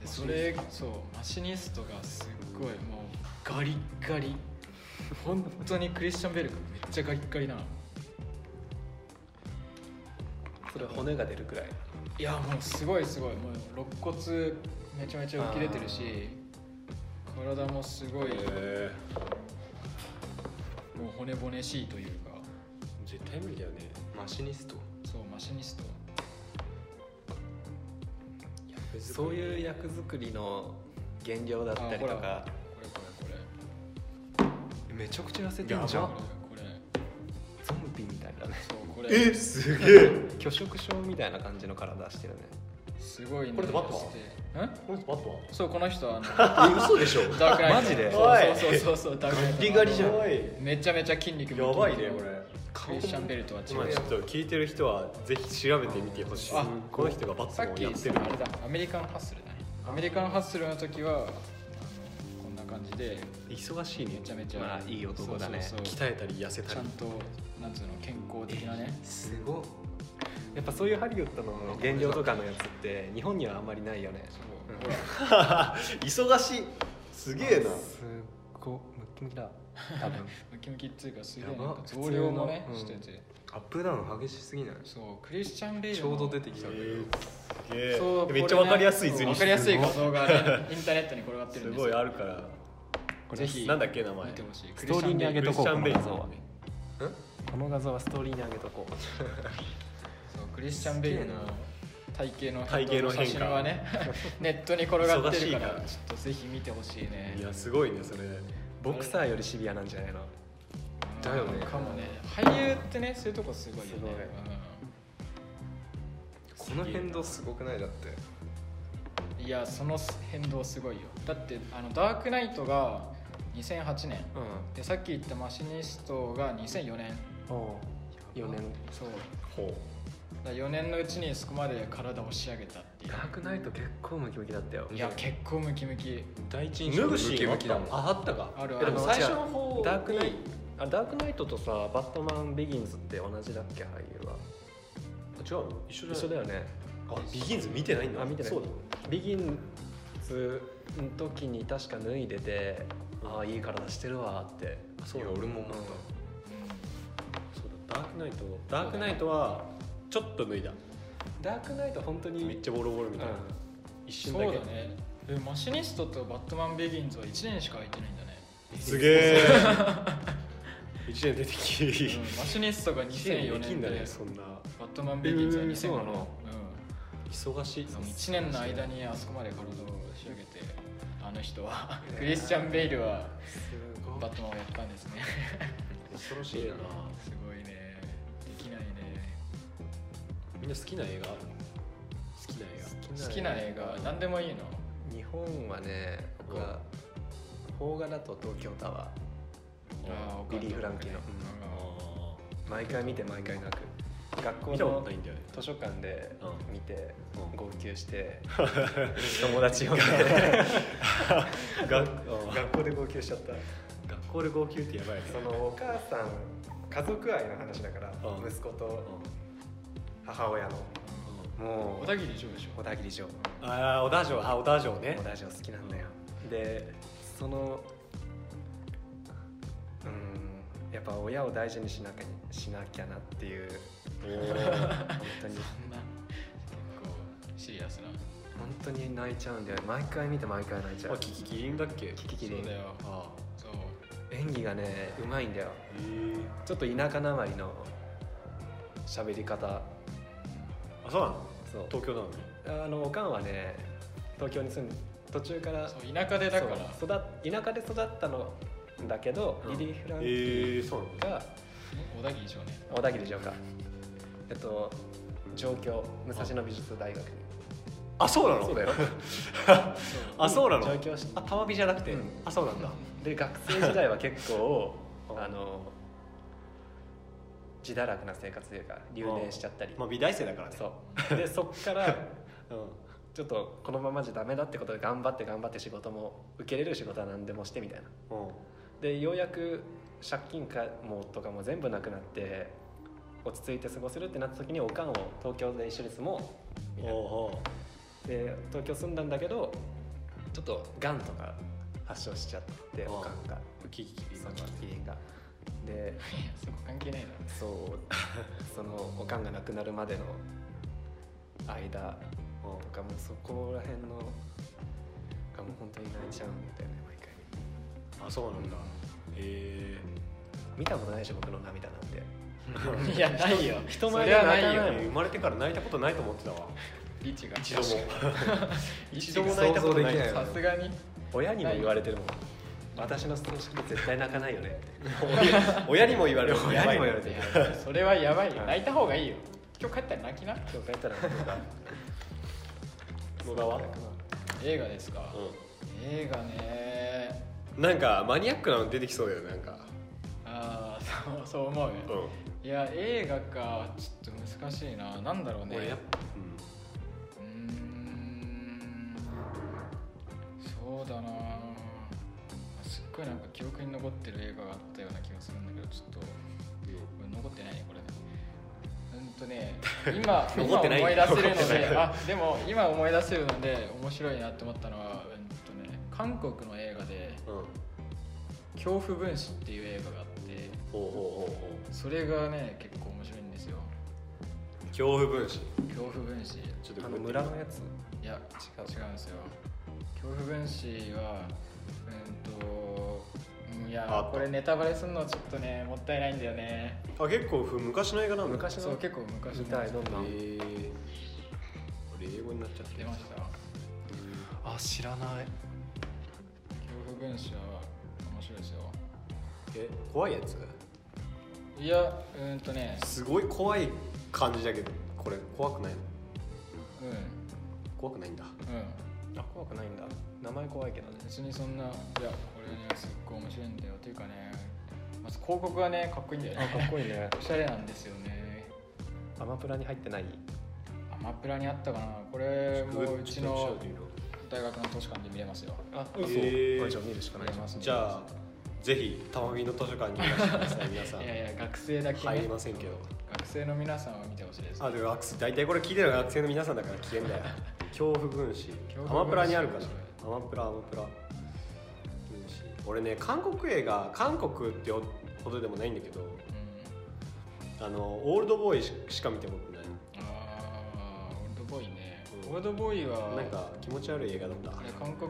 C: でそれそうマシニストがすっごいもうガリッガリ本当にクリスチャン・ベルがめっちゃガリッガリなの
D: それは骨が出るくらい
C: いやもうすごいすごいもう肋骨めちゃめちゃ浮き出てるし体もすごいも
A: え
C: う骨々しいというか
A: 絶対無理だよね
B: んマシニスト
C: そうマシニスト
D: そういう役作りの減量だったりと
C: あほ
D: から
C: これこれこれ
B: めちゃくちゃ痩せ
A: てんじゃん
C: これこ
D: ゾンビみたいだね
C: れそうこれ
A: えすげえ
D: 拒食症みたいな感じの体してるね
C: すごいね
A: これでバットマン
C: マン
A: この人バット
C: そうこの人はあの
A: 嘘でしょ
C: ダークナイト
D: マジで
C: そうそうそうそうダークナイトの
A: ガリガリじゃん
C: あのめちゃめちゃ筋肉ムキム
A: や
C: キ
A: ばいねこれ
C: クリスチャンベルとは違
A: 今
C: う
A: ちょっと聞いてる人はぜひ調べてみてほしい
C: あ
A: この人がバッ
C: さ
A: トマン
C: っ
A: を
C: き
A: や
C: あ
A: って
C: れ
A: る
C: だアメリカンハッスルだねアメリカンハッスルの時はあのこんな感じで
A: 忙しい
C: め
A: ね
C: ちゃめちゃ、
D: まあいい男だね
C: そうそうそう
A: 鍛えたり痩せ
C: ち
A: た
C: ゃん
A: り
C: となんつうの健康的なね
B: すごい
D: やっぱそういうハリウッドの減量とかのやつって日本にはあんまりないよね
C: そう
D: うん
C: ほ ら
A: 忙しいすげえな
D: すっごムッキムキだ多分
C: ムキムキっていうかすげえ
D: やば
C: なんか増量もね
D: 普通
C: し
D: の
C: て
D: うん
C: て
B: アップダウン激しすぎない
C: そうクリスチャン・ベール
B: ち
C: の
B: ょうど出てきたんだけど、
A: すげえ
C: そう
A: めっちゃわかりやすい
C: これ
A: 図に
C: ねわ
A: し
C: か
A: て
C: り
A: る
C: やすい画像が ねインターネットに転がってる
A: す
C: んです
A: ご
C: よ
A: いあるから
C: ぜひ
A: なんだっけ名前
C: 見てほしい
D: ストーリーに上げとこうこの画像は
B: ルん
D: この画像はストーリーに上げとこう
C: そうクリスチャン・ベイルの体型の
A: 体型の変化
C: 写真は ねネットに転がってるから
A: 忙しいから
C: ちょっとぜひ見てほしいね
A: いやすごいねそれ
D: ボクサーよりシビアなんじゃないの
C: うん
B: だよね
C: かもね俳優ってねそういうとこすごいよね
D: すごい
B: この変動すごくないだって
C: うんいやその変動すごいよだってあのダークナイトが2008年
D: う
C: でさっき言ったマシニストが2004年
D: んおう4年
C: そう
A: ほ
C: だ4年のうちにそこまで体を押し上げたっていう
D: ダークナイト結構ムキムキだったよ
C: いや結構ムキムキ
B: 第一印
A: 脱
B: 象
A: ぐ
B: ム
A: シ
B: キ
A: ーンあ
B: ム
A: っ
B: キ
A: た
B: だ
A: も
B: も
A: ん
B: ん
A: ああったか
C: ある
A: え
C: ある
A: でも最初の方に
D: ダークナイあダークナイトとさバットマン・ビギンズって同じだっけ俳優は
A: あ違うの一緒
D: 一
A: じゃな
D: 緒だ
A: い
D: よね
A: あビギンズ見てないんだ
D: あ見てない
A: そうだ
D: ビギンズの時に確か脱いでてああいい体してるわって
A: そう
B: い
A: だ
B: や俺も思っ
A: そうだダークナイトダークナイトはちょっと脱いだ
D: ダークナイト本当
A: めっ
D: に
A: ちゃボロボロみたいな、
D: うん
A: 一
C: そ
A: 瞬
C: う
A: だ
C: だ
A: け
C: ねでもマシニストとバットマン・ビギンズは1年しか空いてないんだね、
A: すげえ一年出てき
C: うん マシニストが
A: 一年
C: 2004
A: できん
C: 年
A: だね
C: で
A: そんな
C: バットマン・ビギンズは2005
D: えー
C: 年
D: そうなの
A: 忙しい
C: うん、1年の間にあそこまで体を仕上げてあの 人はクリスチャン・ベイルは
D: す
C: バットマンをやったんですね
A: 恐ろしいな
C: すごいねできないね
A: みんな好きな映画ある好きな映
C: 好きな映画何でもいいの
D: 日本はね僕は邦画だと東京タワ
C: あ
D: ービリー・フランキーの
A: 画あ
D: 毎回見て毎回泣く学
A: あ
D: 校
A: 見たこと
D: の
A: ないんだよね
D: 図書館で
A: うん
D: 見て
A: うん
D: 号泣して 友達呼んで
A: 学校
D: 学校で号泣しちゃった
A: 学校で号泣ってやばいね
D: そのお母さん家族愛の話だから
A: うん
D: 息子
A: う
D: と
A: ん
D: 母親の
A: うん
D: も
C: 小
D: う
C: 田切丈でしょ
D: 小田切城
A: ああ小田城あ小田城ね
D: 小田城好きなんだよでそのうんやっぱ親を大事にしなきゃしなきゃなっていう本当に
C: そんな結構シリアスな
D: 本当に泣いちゃうんだよ毎回見て毎回泣いちゃ
A: あ
D: う
A: キキキリンだっけ
D: キキキ
C: そ
D: リ
C: うだよ
A: ああ
C: そう
D: 演技がねうまいんだよ
A: えー
D: ちょっと田舎なまりの喋り方
A: あそうなの
D: そう
A: 東京なのに
D: あのおかんはね東京に住んで途中から
C: そう田舎でだから
D: そう育っ田舎で育ったのだけど、
A: うん
D: リリー・フランキー
A: ええそうなの
D: が
C: 小田切丈ね
D: 小田切城かえっと上京武蔵野美術大学に
A: あそうなの
D: そうだよ
A: あそうなの
D: 上京し
A: あたわみじゃなくて、
D: うん
A: あそうなんだ
D: で学生時代は 結構
A: うん
D: あの自堕落な生活というか留年しちゃったり、
A: まあ美大生だからね
D: そうでそっから
A: う、ん、
D: ちょっとこのままじゃダメだってことで頑張って頑張って仕事も受けれる仕事は何でもしてみたいな
A: うん
D: でようやく借金かもとかも全部なくなって落ち着いて過ごせるってなった時におかんを東京で一緒に住もうみたいな
A: おうおう
D: で東京住んだんだけどちょっとがんとか発症しちゃって
A: ああ
D: おかんが
A: キキキリン
D: そうキキキリンがで
C: いやそこ関係ねえ
D: そうそのおかんが亡くなるまでの
A: うん
D: 間とかもうそこら辺のがもう本当に泣いちゃうんだよね毎回
A: あそうなんだへ
D: 見たことないでしょ僕の涙なんて
C: だろいやないよ
A: え
C: それはないよ
A: 生まれてから泣いたことないと思ってたわ
C: リチが
A: 一 度も一度も泣い
B: 想
A: たこ
B: 像
A: と
B: でき
A: な
B: ないいよ
C: さすがに
D: 親にも言われてるもん私の葬式で絶対泣かないよね
A: 親親にも言われる
D: 親にも言われて
C: い
D: る
C: やそれはやばいよ
D: はい
C: 泣いた方がいいよ今日帰ったら泣きな
D: 今日帰った らなんとか
A: 野田は
C: 映画ですか、映画ね
A: うんなんかマニアックなの出てきそうだよねなんか
C: ああそうそう思うよ
A: う
C: いや映画かちょっと難しいななんだろうね
A: 俺やっぱ
C: うーんそうだなすっごいなんか記憶に残ってる映画があったような気がするんだけどちょっとこれ残ってないねこれうんと ね今今
A: 残って
C: 思
A: ないい
C: 出
A: 残
C: せるの
A: ってない
C: であでも今思い出せるので面白いなって思ったのはうんとね韓国の映画で
A: うんうん
C: 「恐怖分子」っていう映画があって
A: ほうほうほうほう
C: それがね結構面白いんですよ
A: 恐怖分子
C: 恐怖分子い
A: ちょっと
D: あの村のやつ
C: や
D: 違う
C: 違うんですよ恐怖分子はうんとうんい
A: あ
C: や
A: った
C: これネタバレするのちょっとねもったいないんだよね
A: あ結構ふ昔の映画なんだ
D: 昔
C: そ
D: の
C: う結構昔
D: 見
C: の
D: たいどんなん
A: えー、俺英語になっちゃって
C: 出ました
D: あ知らない
C: 恐怖分子は面白いですよ
A: え怖いやつ
C: いやうんとね
A: すごい怖い感じだけどこれ怖くない
C: うん
A: 怖くないんだ
C: うん
D: あ怖くないんだ名前怖いけどね
C: 別にそんないやこれねすっごい面白いんだよというかねまず広告はねかっこいいんだよ
D: あ
C: ね
D: かっこいいね
C: おしゃれなんですよね
D: アマプラに入ってない
C: アマプラにあったかなこれもううちの
A: ちょっと調べてみろ
C: 大学の図書館で見れますよ
D: あ
A: 嘘
D: あじゃあ見るしか
C: 見
D: ない
C: れます
A: じゃあぜひたまみの図書館にいらっしゃいくだ さい皆さん
C: いやいや学生だけ、
A: 入りませんけど
C: 学生の皆さんは見てほしいです
A: あでも学生大体これ聞いてる学生の皆さんだから危険だよ恐怖軍師
C: 恐怖軍師
A: アマプラにあるからアマプラアマプラ軍師俺ね韓国映画韓国ってほどでもないんだけど
C: うん
A: あのオールドボーイししか見てもない
C: あーオールドボーイね、
A: うん
C: オールドボーイは
A: なんか気持ち悪い映画だった
C: あれ韓国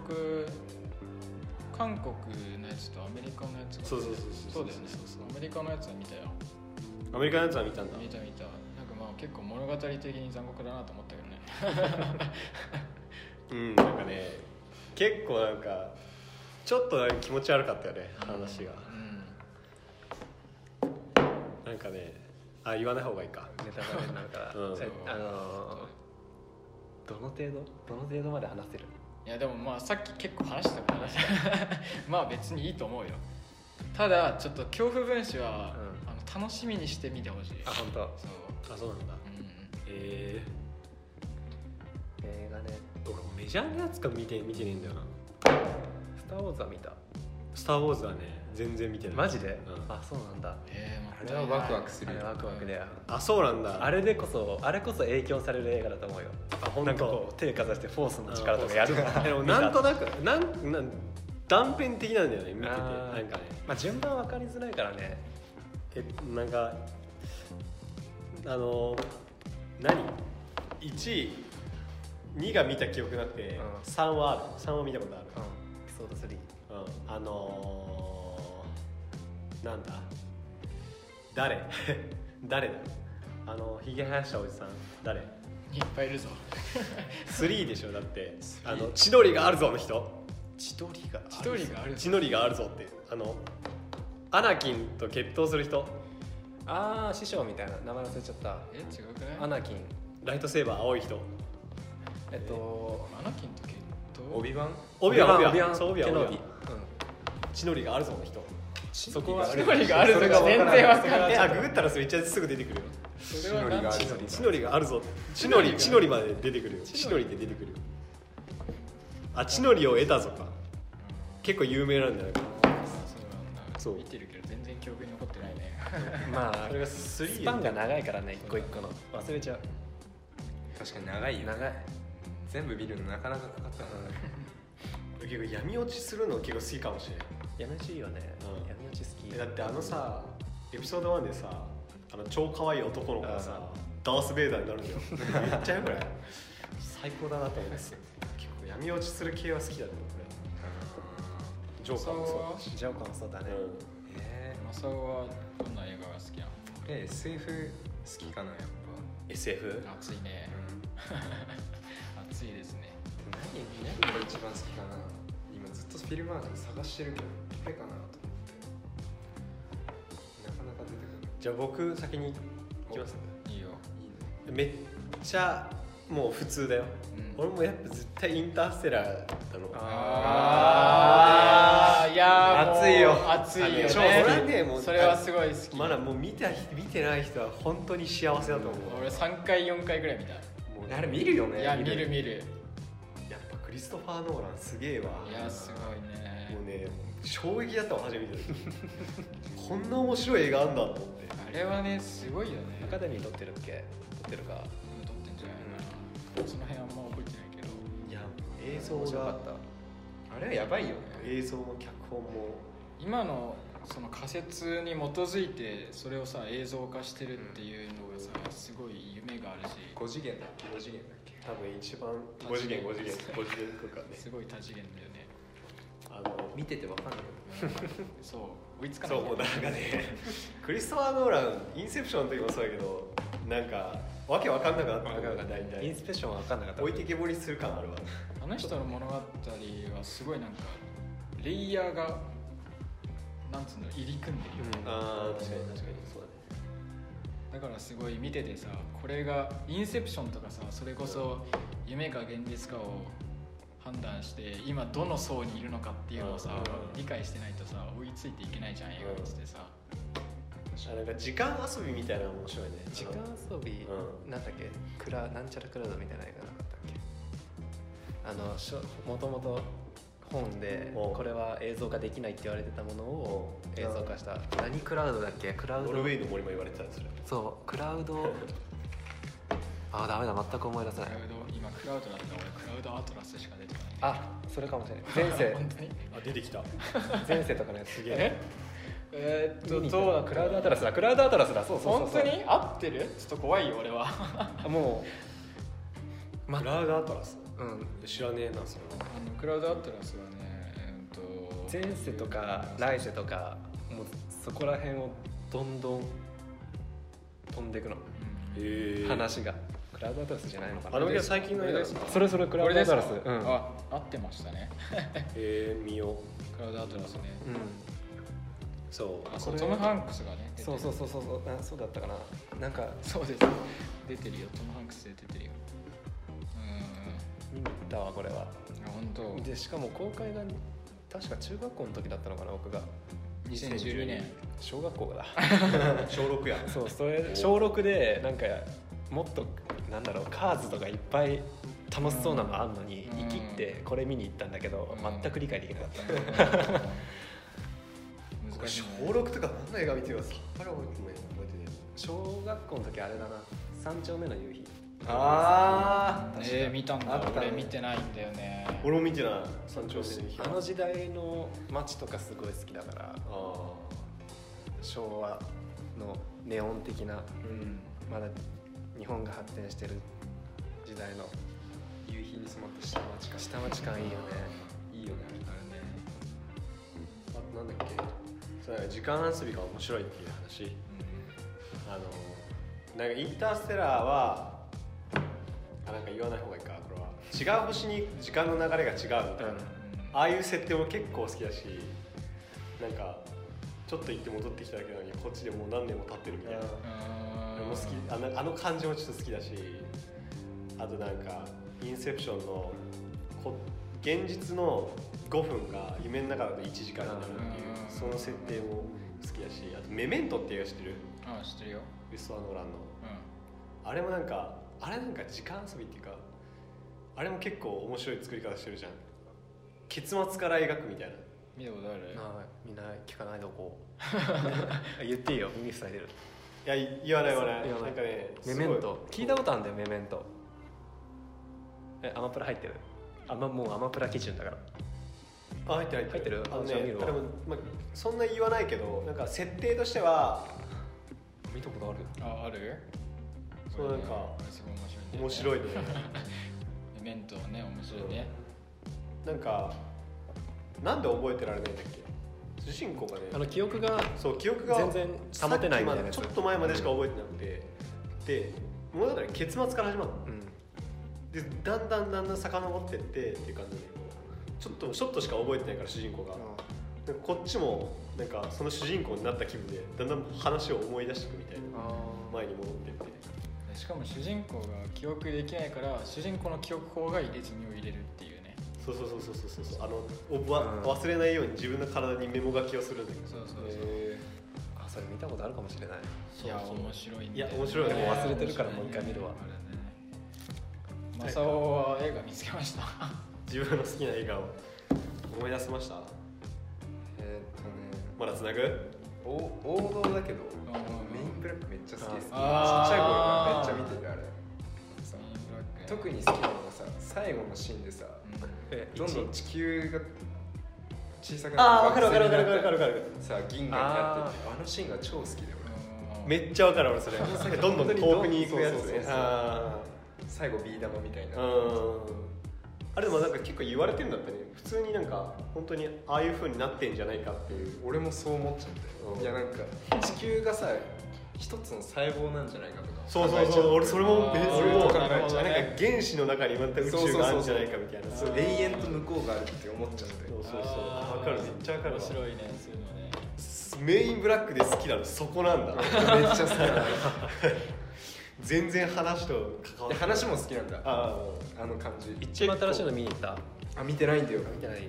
C: 韓国のやつとアメリカのやつが
A: そうそうそう
C: そ
A: そう
C: うだよねアメリカのやつは見たよ
A: アメリカのやつは見たんだ
C: 見た見たなんかまあ結構物語的に残酷だなと思ったけどね
A: うんなんかね結構なんかちょっと気持ち悪かったよね話が
C: うん
A: なんかねあ言わない方がいいか
D: ネタバレになる から、
A: うん
D: えあのーどの程度どの程度まで話せる
C: いやでもまあさっき結構話したから まあ別にいいと思うよただちょっと恐怖分子は、あの楽しみにしてみてほしい
D: あ本当。
C: そう、
A: あそうなんだ
C: うん、
A: ええ
D: 映画ね
A: 俺もメジャーなやつか見て見てねえんだよな
D: 「スター・ウォーズ」は見た
A: 「スター・ウォーズ」はね全然見てない
D: マジで、
A: うん
D: あそうなんだ
C: えー、
B: あれはワクワク
C: す
B: す
D: あ
B: る
D: れ
B: よ
D: ワクワクで、
A: あそうなんだ
D: あれでこそあれこそ影響される映画だと思うよ
A: あ本
D: なんかこう手かざしてフォースの力とかやるから
A: でもなんとなくなんなん断片的なんだよね見ててなんかね
D: まあ、順番分かりづらいからね
A: えなんかあの何1 2が見た記憶なくて、
D: うん
A: 3はある3は見たことある
D: うんエピソード3
A: うん、あのー、なんだ誰 誰だあのひげ生やしたおじさん誰
C: いっぱいいるぞ
A: 3でしょだって
C: スリー
A: あの千鳥があるぞの人千鳥が
C: 千鳥があるぞ
A: 千鳥があるぞってあのアナキンと決闘する人
D: ああ師匠みたいな名前忘れちゃった
C: え違うくない
D: アナキン
A: ライトセーバー青い人
D: えっと
C: アナキンと決闘
B: 帯番
A: オビワ
D: ン
A: オビワそうオビワ
D: ケノ
A: オ
D: ビ
A: ビ
D: う
A: ワ
D: ん
A: 千鳥があるぞの人そこは
C: 千鳥があるぞ
A: それ
C: が全然わかん
A: それ
C: ない
A: があググったらそれ一応すぐ出てくるよ
C: それは
B: 千鳥が
C: 何
B: ある
C: 千鳥
A: 千鳥があるぞ千鳥千鳥まで出てくるよ千鳥で出てくるよあ千鳥を得たぞか結構有名なんじゃないか
C: あーそ
A: そう
C: うなんだ見てるけど全然記憶に残ってないね
D: ま
A: な
D: あ
A: それがスリー
D: スパンが長いからね一個一個の忘れちゃう
B: 確かに長いよ
D: 長い
B: 全部見るのなかなかなかったな
A: 結構闇落ちするの結構好きかもしれない
D: 闇落ちいいよね、
A: うん
D: 闇落ち好き
A: えだってあのさエピソード1でさあの超可愛い男の子がさダース・ベイダーになるんだよめっちゃよくない最高だな と思います結構闇落ちする系は好きだね俺ジョーカーもそうだし
D: ジョーカーもそうだね、
A: う
B: え
C: マサオはどんな映画が好きなの
B: ー俺 SF 好きかなやっぱ、
A: ん SF?
C: 暑いね暑いですね
B: 何何が一番好きかな今ずっとフィルマーク探してるけどこれかなと思ってなかなか出てこ
A: じゃあ僕先に行きます
C: いいよ
B: ないいいね
A: めっちゃもう普通だよ、
C: うん
A: 俺もやっぱ絶対インターステラーだの
C: あーいやーもう
B: 暑いよ
C: 暑いよね
A: 超それはねもう
C: それはすごい好き
A: まだもう見た見てない人は本当に幸せだと思う,、
C: 俺3回4回ぐらい見た
A: もう
B: あれ見るよね
C: いや見
B: 見る
C: る見る
A: やっぱクリストファー・ノーランすげえわ
C: いやすごいね
A: もうね衝撃だったわ初 めてこんな面白い映画あんだと思って
C: あれはねすごいよね
D: アカデミー取ってるっけ取ってるか
C: 撮ってんじゃないかなその辺あんま覚えてないけど
A: いや映像
D: 面白か
A: が
D: った
B: あれはやばいよね
A: 映像も脚本も
C: 今のその仮説に基づいてそれをさ映像化してるっていうのがさすごい夢があるし
B: 5次元だっけ5次元だっけ
A: 多分一番
C: 五
A: 5
C: 次
A: 次
C: 元
A: 元5次元5次元空間ね
C: すごい多次元だよね
A: あの
B: 見ててわかんない
C: そう追いつかな
A: そ
C: いう
A: もうなんかねクリストファー・ノーランインセプションの時もそうだけどなんかわけわかんなくなったのが大
D: イン
A: 体
D: スペーションは分かんなかった
A: 置いてけぼりする感あるわ
C: あの人の物語はすごいなんかレイヤーがなんつうの入り組んでるよ、
A: あー確かに確かにそうだね
C: だからすごい見ててさこれがインセプションとかさそれこそ夢か現実かを判断して今どの層にいるのかっていうのをさ
A: うん
C: 理解してないとさ追いついていけないじゃん映画見ててさ
A: あなんか時間遊びみたいなの面白いね
D: 時間遊び、
A: う
D: なんだっけクラなんちゃらクラウドみたいなのがなかったっけあのしょもともと本で
A: お
D: これは映像化できないって言われてたものを
B: お
D: 映像化した何クラウドだっけクラ
A: あ
D: ウ
A: の
D: ド
A: ノルウェーの森も言われてたんですよ
D: そうクラウ ドあダメだ全く思い出せ
C: ク
D: な
C: ラ
D: い
C: ウド今クラウドだったら俺クラウドアトラスしか出てこない
D: あそれかもしれない前 世
C: 本当に
A: あ出てきた
D: 前世とかのやつ
A: すげ
C: え
A: え
C: えー、っと
D: 見に行った
C: どうだ
D: クラウドアトラスだクラウドアトラスだそうそうそう
C: 本当に合ってるちょっと怖いよ俺はあ
D: 当にもう、ま
A: ク、ラウドアトラス
D: うん
A: 知らねえなそれは
C: のクラウドアトラスはねえーっと
D: 前世とか来世とかもうそこら辺をどんどん飛んでいくの、
C: うん
A: へえ
D: 話がクラウドアトラスじゃないのか
A: あ
D: な
A: の時は最近の映画ですか
D: それそれクラ
C: こ
D: ウ
C: れ
D: ド
C: で
D: ア
C: す
D: ト
C: か
D: ラスうん、
C: あ合ってましたね
A: えー、見よう
C: クラウドアトラスね
D: うん、
A: そう
C: あそう
D: これ
C: トム・ハンクスがね出てる
D: そうそうそうそうそうあそうだったかななんか
C: そうです出てるよトム・ハンクスで出てるよう
D: 見に行ったわこれは
C: ーんあ本当
D: でしかも公開が確か中学校の時だったのかな僕が
C: 2012年
D: 小学校だ
A: 小6や
D: そうそれ小6でなんかもっとなんだろうカーズとかいっぱい楽しそうなのあんのに、
C: うん
D: 生きってこれ見に行ったんだけ
C: う
D: ど、
C: ん
D: 全く理解できなかった、
A: こ
C: 難
A: れ
C: しい
A: 小
C: ね
A: 6とか何の映画見てますかあれ覚えてない覚えてない
D: 小学校の時あれだな三丁目の夕日
B: ああ
C: えー、見たんだ
B: あったね
C: 俺見てないんだよね
A: 俺も見てない山頂線に
D: あの時代の街とかすごい好きだから
A: あ
D: 昭和のネオン的な
B: うん
D: まだ日本が発展してる時代の
B: 夕日に染まった下町か
D: 下町感いいよね
B: いいよね
C: あれね
A: ーあとなんだっけそうだ時間遊びが面白いっていう話あのなんかインターステラーはあなんか言わない方がいいかこれは違う星に時間の流れが違うみたいな、
C: うん
A: ああいう設定も結構好きだしなんかちょっと行って戻ってきただけなのにこっちでもう何年も経ってるみたいな、
C: う
A: 俺
C: ーん
A: も好きあのあの感じもちょっと好きだしあとなんかインセプションのこ現実の5分が夢の中だと1時間になるっていう
C: うん
A: その設定も好きだしあと「メメント」って映画知ってる
C: あ知ってるよ
A: ウストアノーランの
C: う
A: あれもなんかあれなんか時間遊びっていうかあれも結構面白い作り方してるじゃん結末から描くみたいなん
C: 見たことある
D: なあみんな聞かないどこ 言っていいよ耳塞いでる
A: いやい言わない言わない
D: 言わない
A: んかね
D: メ
A: すごい
D: メント聞いたことあるんだよメメントえアマプラ入ってるあまもうアマプラ基準だから
A: あ入ってる入ってる
D: 入ってる
A: あのね
D: じゃあ見るわ
A: 多分、まあ、そんな言わないけどなんか設定としては
D: 見たことある
C: あある
A: そうなんか
C: これすごい面白いんだよね
A: 面白い ね
C: イベントね面白いね
A: なんかなんで覚えてられないんだっけ主人公がね
D: あの記憶が
A: そう記憶が
D: 全然保てな
A: さっ
D: いみたいなやつ
A: きまでちょっと前までしか覚えてなくてで物語は結末から始まるの
D: うん
A: でだんだんだんだん遡ってってっていう感じでちょっとちょっとしか覚えてないから主人公が、でこっちもなんかその主人公になった気分でだんだん話を思い出していくみたいな前に戻ってって
C: でしかも主人公が記憶できないから主人公の記憶法が入れ墨を入れるっていうね
A: そうそうそうそうそうそうあの覚わ
D: うん
A: 忘れないように自分の体にメモ書きをするんだけど
C: そうそうそう、
D: へあそれ見たことあるかもしれない
C: いや
A: そうそう
C: 面白いんだよね
A: いや面白いね
D: 忘れてるからもう一回見るわ
C: あれねマサオは映画見つけました
A: 自分の好きな映画を思い出せました
B: えーっとね
A: まだつなぐ
B: お王道だけど
C: ん
B: メインブラックめっちゃ好きですねちっち
C: あー
B: ゃい頃からめっちゃ見ててあれさ特
C: に、
B: に好きなのがさ最後のシーンでさ
D: え
B: どんどん地球が小さく
A: ああ
B: な
A: 分かる分かる分かる分か
B: る
A: る分かる
B: さ銀河になっててあのシーンが超好きで俺
C: うん
A: めっちゃ分かる俺それどんどん遠くに行くやつ
B: そうそうそう
A: ね
B: そう
A: あ
B: 最後ビー玉みたい
A: ー
B: な
A: うんあれでもなんか結構言われてんだったね普通になんか本当にああいう風になってんじゃないかっていう
B: 俺もそう思っちゃっ
A: うん
B: ていやなんか地球がさ一つの細胞なんじゃないかとか
A: そうそうそう俺それも
C: あー
A: 俺も
B: 考えちゃう
A: なんか原子の中にまた宇宙があるんじゃないかみたいな
B: そう
A: そう
B: 永遠と向こうがあるって思っちゃって
A: そうそう
C: あ
A: 分
C: ー
A: かるめっちゃ分かるわ
C: 面白いねそういうのね
A: メインブラックで好きなのそこなんだ
B: めっちゃ好きなんだ
A: 全然話と関わ
B: で
A: って
B: 話も好きなんだ
A: あ
B: あの感じ
D: 一番新しいの見に行った
B: あ見てないんだよ
D: 見てない
A: ー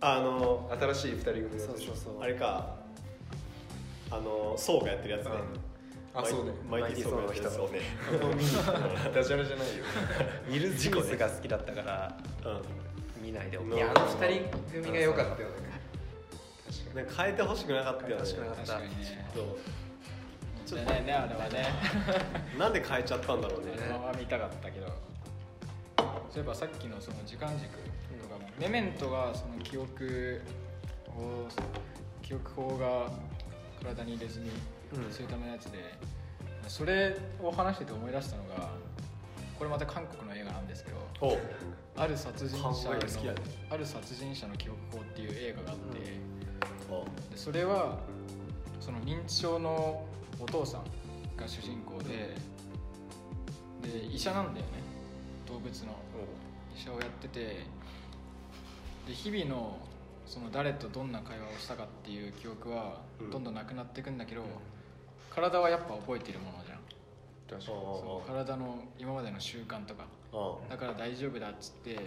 A: あの
B: 新しい二人組のやつ
D: そう
B: でし
D: そ
B: ょ
D: うそう
A: あれかあのソウがやってるやつね、
B: あそうね
A: マイマイティーソウがやってるやつをね
B: ダジャレじゃないよ
D: ウィル・ジムスが好きだったから
A: う
D: 見ないでおこ
A: ん
D: う
B: いやあの二人組が良かったよね
A: んなんか変えてほしくなかったよね
D: 変えてほしくなかっ
C: 確かにね
A: そう
C: ちょっとねあれはね
A: なんで変えちゃったんだろうね
C: あのまま見たかったけどそういえばさっきのその時間軸とかも、メメントがその記憶を記憶法が体に入れずに
A: うん
C: そういうためのやつで、それを話してて思い出したのがこれまた韓国の映画なんですけど
A: お
C: ある殺人者
A: 韓国映画好きや
C: の
A: ね
C: ある殺人者の記憶法っていう映画があって、
A: お
C: でそれはその認知症のお父さんが主人公でで医者なんだよね動物の医者をやっててで日々のその誰とどんな会話をしたかっていう記憶は
A: うん
C: どんどんなくなっていくんだけど、体はやっぱ覚えてるものじゃん
B: 確
A: かに
C: そう体の今までの習慣とか
A: お
C: だから大丈夫だっつって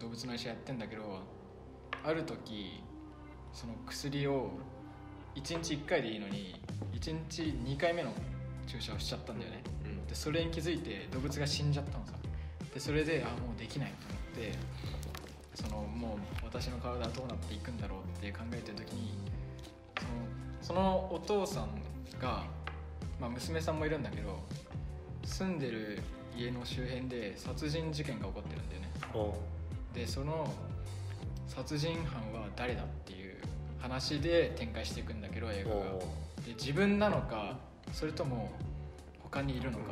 C: 動物の医者やってんだけどある時その薬を1日1回でいいのに1日2回目の注射をしちゃったんだよねでそれに気づいて動物が死んじゃったのさでそれであもうできないと思ってそのもう私の体はどうなっていくんだろうって考えてる時にそのそのお父さんが、まあ、娘さんもいるんだけど住んでる家の周辺で殺人事件が起こってるんだよね
A: お
C: でその殺人犯は誰だっていう話で展開していくんだけど映画が
A: お
C: で自分なのかそれとも他にいるのか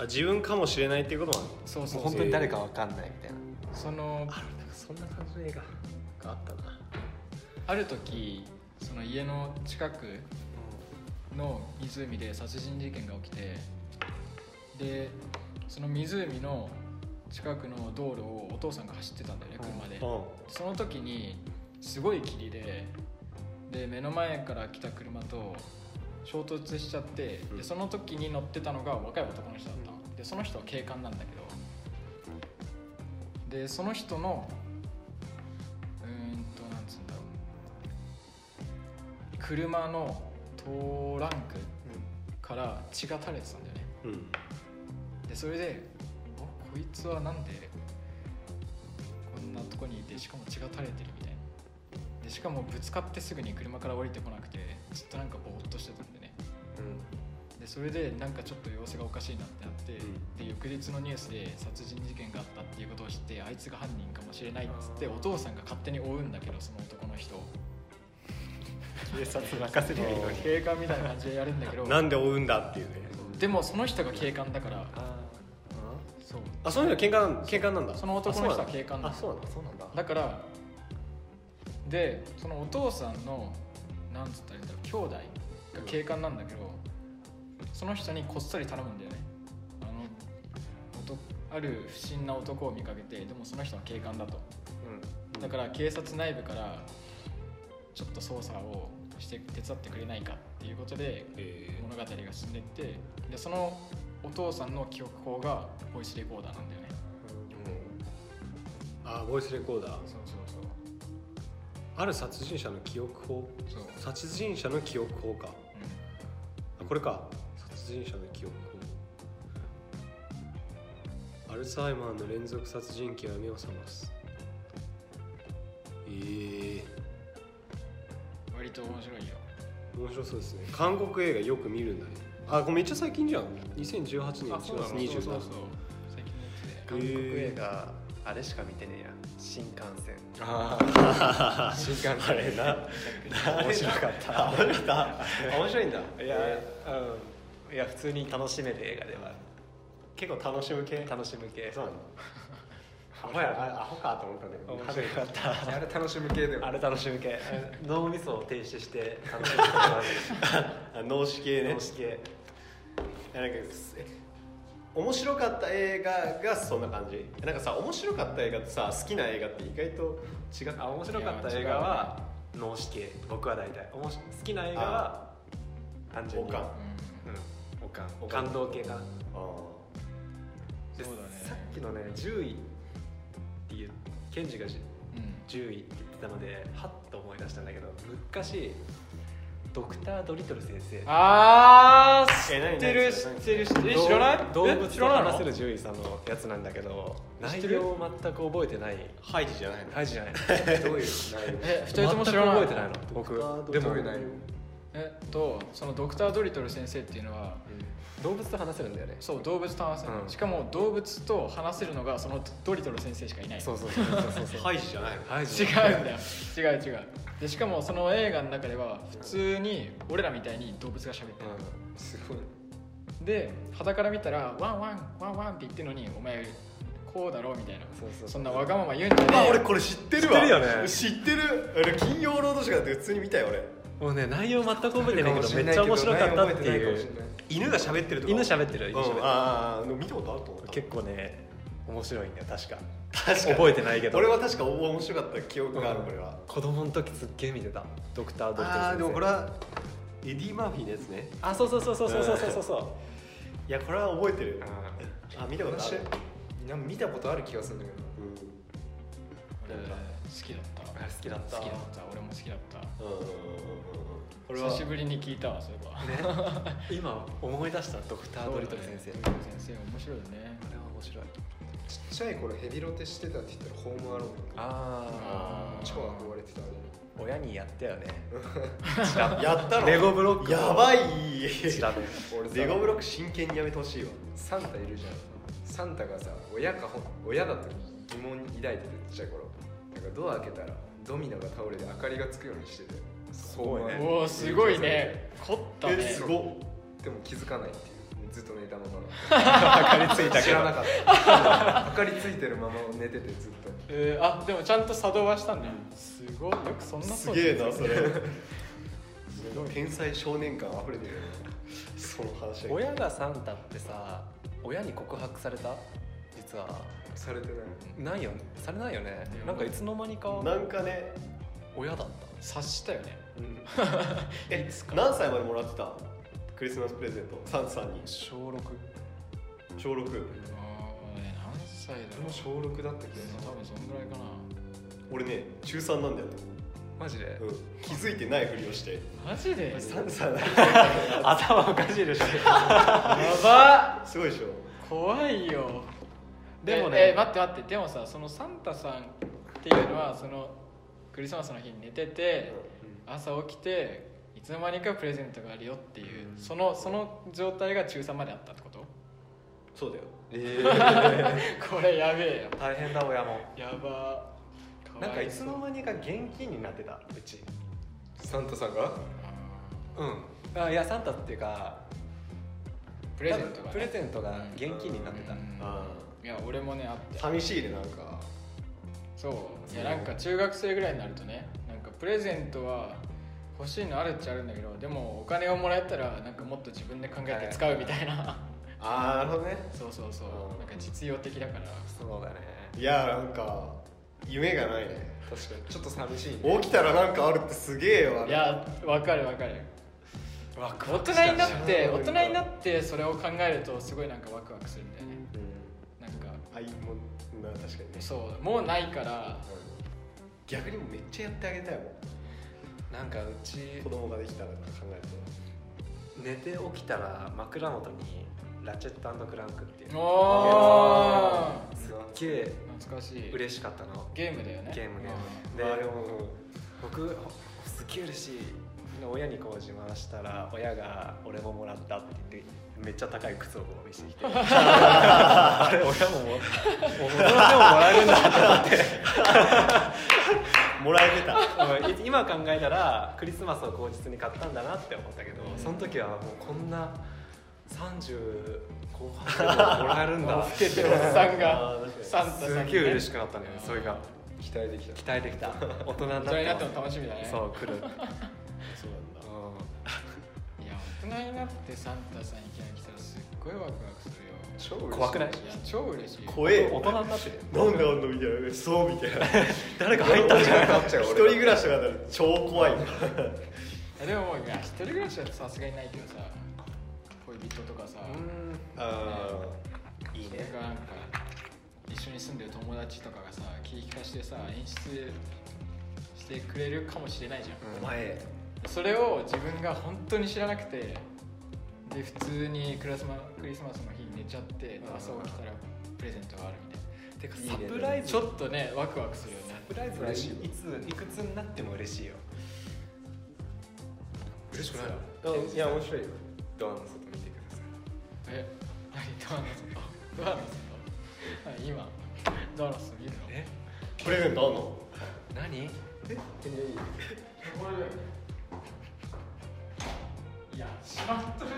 A: あ自分かもしれないっていうことなの
C: そうそうそう
D: 本当に誰かわかんないみたいな
C: その
A: そんな感じの映画があったな
C: ある時その家の近くの湖で殺人事件が起きてでその湖の近くの道路をお父さんが走ってたんだよね車で
A: お
C: その時にすごい霧でで目の前から来た車と衝突しちゃって
A: うん
C: でその時に乗ってたのが若い男の人だったのでその人は警官なんだけどでその人のうーんとなんつうんだろう車のトランクから血が垂れてたんだよね
A: うん
C: でそれでおこいつはなんでこんなとこにいてしかも血が垂れてるみたいなでしかもぶつかってすぐに車から降りてこなくてずっとなんかぼーっとしてたんでねでそれでなんかちょっと様子がおかしいなってなって、で翌日のニュースで殺人事件があったっていうことを知ってあいつが犯人かもしれないっつってお父さんが勝手に追うんだけどその男の人を
D: 警察任せるよりのに
C: 警官みたいな感じでやるんだけど
A: うん なんで追うんだっていうね
C: でもその人が警官だから
D: あ
C: そう
A: あその人喧嘩なん喧嘩なんだ
C: その男の人は警官な
A: あ
C: の
A: そうなんだ
D: そうなんだ
C: だからでそのお父さんのなんつったらいいんだろう兄弟が警官なんだけどその人にこっそり頼むんだよねあのおとある不審な男を見かけてでもその人は警官だとだから警察内部からちょっと捜査をして手伝ってくれないかっていうことで
A: え
C: 物語が進んでってでそのお父さんの記憶法がボイスレコーダーなんだよね
A: あボイスレコーダー
C: そうそう
A: ある殺人者の記憶法
C: そうそう、
A: 殺人者の記憶法かあこれか殺人者の記憶法アルツハイマーの連続殺人鬼は目を覚ますえ
C: うん、割と面白いよ
A: ー、面白そうですね韓国映画よく見るんだねあこれめっちゃ最近じゃん2018年1月27
C: そうそうそう最近のやつで
D: 韓国映画あれしか見てねえや新幹線
B: ああ新幹線
A: あれな
D: 面白 かった
A: 面白かった面白いんだいや、
D: うんいや普通に楽しめる映画ではある
A: 結構楽しむ系
D: 楽しむ系
A: そうなのアホやなアホかと思ったね
D: 面白かった
B: あれ楽しむ系だよ
D: あれ楽しむ系 脳みそを停止 して楽しむ系もあ
A: あ脳死系
D: る
A: ね
D: 脳死系
A: えなんかすえ面白かった映画がそんな感じえなんかさ面白かった映画ってさ好きな映画って意外と違う
D: あ面白かった映画は脳死系僕は大体おもし好きな映画は単純に
A: おかん
B: おかん
A: おかん
D: 感動系かな
A: あ
C: うん、そう
D: さ
C: だね
D: っきのね10位っていうケンジが10位って言ってたのではっと思い出したんだけど昔ドクター・ドリトル先生
C: あー
A: え
C: 知
A: 何
C: ってる
A: 何
C: 知
A: それ
C: ってる知ってるえ
D: 動
C: 知らない
D: 動
C: え
D: 物
C: 知
D: と
C: らないの
D: 話せる獣医さんのやつなんだけど
A: 知
D: 内
A: ってる
D: 容を全く覚えてない
A: ハイジじゃないの
D: はいじゃない
B: どういう内容
C: え二人
D: 全く
C: とも知らない
D: 覚えてないの僕でも
B: どういう内容
C: えっとそのドクター・ドリトル先生っていうのは
D: 動物と話せるんだよね
C: そう動物と話せる、
D: うん
C: しかも動物と話せるのがそのドリトル先生しかいない
D: そうそうそうそうそうそう
A: ハイジじゃないの
D: はい
C: 違うんだよ違う違うでしかもその映画の中では普通に俺らみたいに動物が喋ってる、
B: すごい
C: で傍から見たらワンワンワンワンって言ってるのにお前こうだろうみたいな
D: そうそう
C: そんなわがまま言うんじゃねえ
A: あ
C: よ
A: 俺これ知ってるわ
D: 知ってるよね
A: 知ってる俺金曜ロードショーだって普通に見たよ俺
D: もうね内容全く覚えてないけどめっ
B: な
D: ち
B: い
D: ゃ面白かったって
B: 内容覚えてないか
D: い
B: もし
D: う
B: れない
A: 犬が喋ってるとか
D: 犬喋ってる
A: う
D: 犬
A: ん
D: 喋ってる
A: あーあー見たことあると思った
D: 結構ね面白いんだよ確か
A: 確かに
D: 覚えてないけど
A: 俺は確か面白かった記憶があるこれは
D: 子供の時すっげえ見てたドクター・ドリトル先生
A: あーでもこれはエディ・マーフィーのやつね
D: あそうそうそうそうそうそうそうそう
A: いやこれは覚えてるあ見たことあ
B: 私
A: る
B: なんか見たことある気がするんだけど
A: うん
C: 俺好きだった
D: あ好きだった
C: 好きだった俺も好きだった
A: うんうんうんうんこれは
C: 久しぶりに聞いたわそういえば
D: 今思い出したドクター・ドリトル先生
C: そう
D: こ
C: だねドリトル先生面白いよね
D: れは面白い
B: ちっちゃい頃ヘビロテしてたって言ったらホームアローン
D: あ
B: 超憧れてたあれ
D: あ親にやった よね
A: やったの
D: レゴブロック
A: やばい
D: 調 べ
B: 俺さ
A: レゴブロック真剣にやめてほしいわ
B: サンタいるじゃんサンタがさ親かほ親だと疑問抱いててちっちゃい頃なんかドア開けたらドミノが倒れて明かりがつくようにしててす
D: ごいね
C: おおすごいね凝った
A: え
C: ね
A: すごっ
B: でも気づかないっていうずっと寝たままの
D: 明かりついた
B: 知
D: けど
B: らなかった明かりついてるまま寝ててずっと
C: えーあでもちゃんと作動はしたんだよすごいよくそんな
A: すげえなそれ
C: すごい
A: 天才少年感溢れてるよねその話だけ
D: 親がサンタってさ親に告白された実は
B: されてない
D: ないよねされないよねなんかいつの間にか
A: どなんかね
D: 親だった
C: 察したよね
A: え何歳までもらってたクリスマスプレゼントサンタさんに
D: 小6
A: 小6
C: ああね何歳だ
B: 俺
C: ろう
B: も小6だったけど
C: 多分そんぐらいか
A: 俺ね中3なんだよね、
D: マジで
A: うん、気づいてないふりをして
C: なマジで
A: サンタさんだ
D: 頭おかしいでしょ
C: やば
A: すごいでしょ
C: 怖いよ
D: でも
C: え
D: ね
C: え待って待ってでもさそのサンタさんっていうのはそのクリスマスの日に寝てて朝起きていつの間にかプレゼントがあるよっていうそのその状態が中3まであったってこと
A: そうだよ
B: えー、
C: これやべえよ
D: 大変だ親も
C: やばー
D: なんかいつの
C: わ
D: 間にか現金になってたうち
B: サンタさんが
C: いそうあ
D: うんあいやサンタっていうか
C: ープレゼントが、
D: 多分
C: ね、
D: プレゼントが現金になってた
C: うん
A: あ
C: いや俺もねあって
A: 寂しいねなんか
C: そういやなんか中学生ぐらいになるとねなんかプレゼントは欲しいのあるっちゃあるんだけどでもお金をもらえたらなんかもっと自分で考えて使うみたいな
A: ああなるほどね
C: そうそうそう
A: あー
C: なんか実用的だから
D: そうだね
A: いやーなんか夢がないね
B: 確かにちょっと寂しいね
A: 起きたらなんかあるってすげえよあ
C: い
A: れ
C: やわかるわかる
D: ワク
C: 大
D: ワク
C: 人になって
A: そうな
C: 大
A: んだ
C: 人になってそれを考えるとすごいなんかワクワクするんだよね
A: うん
C: なんか
A: あいもうな確かにね
C: そうもうないから
A: 逆にめっちゃやってあげたいもん
D: なんかうち
A: 子供ができたらとか考えて
D: 寝て起きたら枕元にラチェットクランクっていう
C: お
D: や
C: お
D: つすっげえ
C: 懐かしい
D: 嬉しかったの
C: ゲームだよね
D: ゲームね
A: で
D: で
A: あれもうん
D: 僕ほすっげえ嬉しいで親にこう自慢したら親が「俺ももらった」って言ってめっちゃ高い靴をこう見せてきてあれ親もももう大人でももらえるんだ
A: もらえてた
D: うんい今考えたらクリスマスを口実に買ったんだなって思ったけどその時はもうこんな30後半でももらえるん だ
C: 老けてるおっさんが
A: あー 確かに
C: サンタさん
D: す
C: にね
D: っげえ嬉しくなったねそれが
B: 期待できた
D: 期待できた 大人に
C: 大
D: なっ
C: 人になって
D: て
C: も楽しみだね
D: そう 来る
A: そうなんだ
C: いや大人になってサンタさんいきなり来たらすっごいワクワクするよ
B: 超嬉し
D: 怖くない
C: いや超嬉しい
A: 怖え
D: 大
A: よ
D: 人になってる
A: なんであんのみたいなそうみたいな
D: 誰か入ったんじゃない
B: なっちゃう
A: 一人
B: 俺
A: 暮らしとかだったら超 怖いよ
C: いやでももういや一人暮らしだとさすがにないけどさ恋人とかさ、
A: あ
D: いい
C: それ
D: ね
C: かなんか一緒に住んでる友達とかがさ切り聞かしてさ演出してくれるかもしれないじゃん
A: ーお前
C: それを自分が本当に知らなくてで普通にクラスマクリスマスの日寝ちゃって朝起きたらプレゼントがあるみたいなてか
D: サプライズ
C: ちょっとねワクワクするよね
D: プライズはいついくつになっても嬉しいよ
B: 嬉しくない
D: いや面白いよ
B: ドアの外見てください
C: え何ドアの外ドアの外はい今ドアの外見るのえ
A: プレゼントあんの
D: 何
C: これいやしまっとるよ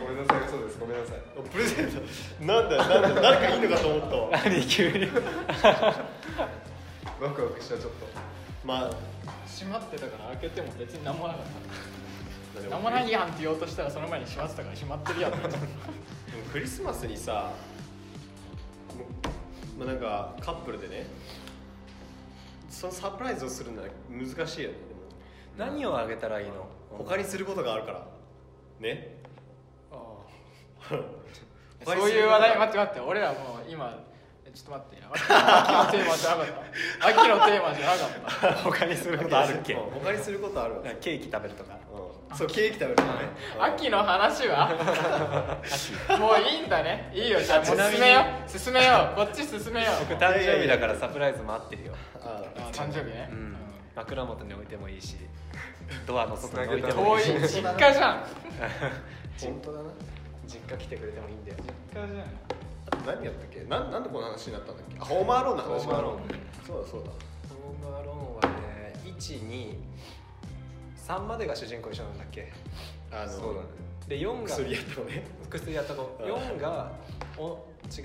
B: ごめんなさいそうですごめんなさい
A: プレゼントなんだなんだ誰かいいのかと思ったわ
D: 何急に
B: ワクワクしたちょっと
A: まあ
C: 閉まってたから開けても別に何もなかった何も
A: で
C: ないやんって言おうとしたらその前に閉まってたから閉まってるやんって
A: もクリスマスにさもうまあなんかカップルでねそのサプライズをするのは難しいよね
D: 何をあげたらいいの
A: でも他にすることがあるからね
C: そういう話題待って待って俺らもう今えちょっと待って秋のテーマじゃなかった秋のテーマじゃなかった
D: 他にすることあるっけ
A: うん他にすることあるわ
D: なんかケーキ食べるとか
A: うんそうケーキ食べるとかね
C: 秋の話はもういいんだねいいよじゃあもう
D: ちなみに
C: 進めよう進めようこっち進めよう
D: 僕誕生日だからサプライズ待ってるよ、
A: あ
C: あ誕生日ね、
D: うん、枕元に置いてもいいしドアの外に置いて
C: うん
D: も
C: 遠
D: い
C: い
D: いし
C: 実家じゃん
A: 本当だな
D: 実家来てくれてもいいんだよ
C: 実家じゃん
A: あと何やったっけなんなんでこの話になったんだっけあホームアローンの話か
D: ホームアロ
A: そうだそうだ
D: ホームアローンはね123までが主人公一緒なんだっけ
A: あの
B: そうだね
D: で4が
A: 薬やったのね
D: 薬やった子
A: うん
D: 4がお違うんで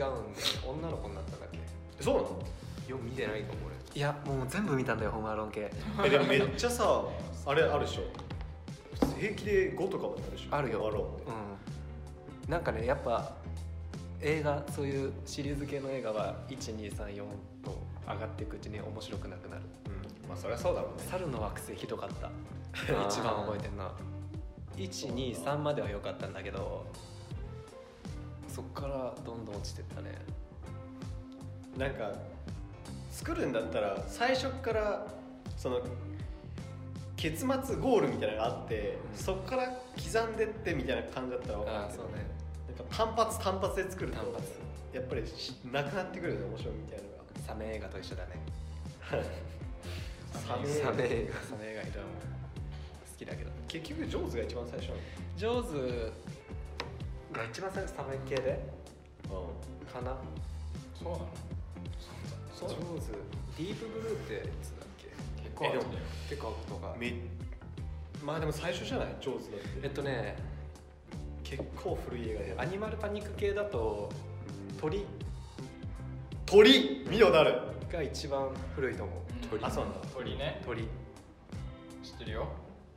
D: 女の子になったんだっけ
A: そうなの
B: よく見てないかも俺
D: いやもう全部見たんだよホームアローン系
A: えでもめっちゃさあれあるでしょ普通平気で5とかもあるでしょ
D: あるよ
A: ホームアローンって
D: うんなんかねやっぱ映画そういうシリーズ系の映画は1234と上がっていくうちに面白くなくなる
A: うんまあそりゃそうだろうね
D: 猿の惑星ひどかった
B: ー
D: 一番覚えてんな123までは良かったんだけどそっからどんどん落ちてったね
A: なんか作るんだったら最初からその結末ゴールみたいなのがあって、
D: うん
A: そこから刻んでってみたいな感じだったら分かる
D: ああ
A: け
D: そ
A: ど
D: うね
A: なんか単発単発で作ると
D: 単発
A: やっぱりしなくなってくるよね面白いみたい
D: サメ映画と一緒だね
A: なのが
D: サ
A: サ
D: メ
A: メ
D: 映画サメ映画ひどいもん好きだけど
A: 結局ジョーズが一番最初な
D: ジョーズが一番最初サメ系で
A: の
D: かな
C: そうなの
D: ジョーズ
B: ディープブルーってやつだっけ
C: 結構あるんだよ
B: 結構とか
A: めまあでも最初じゃないジョーズだって
D: えっとね
A: 結構古い映画で
D: アニマルパニック系だと鳥
A: 鳥見よなる
D: が一番古いと思う
C: 鳥
A: あそうなんだ
C: 鳥ね
D: 鳥
C: 知ってるよ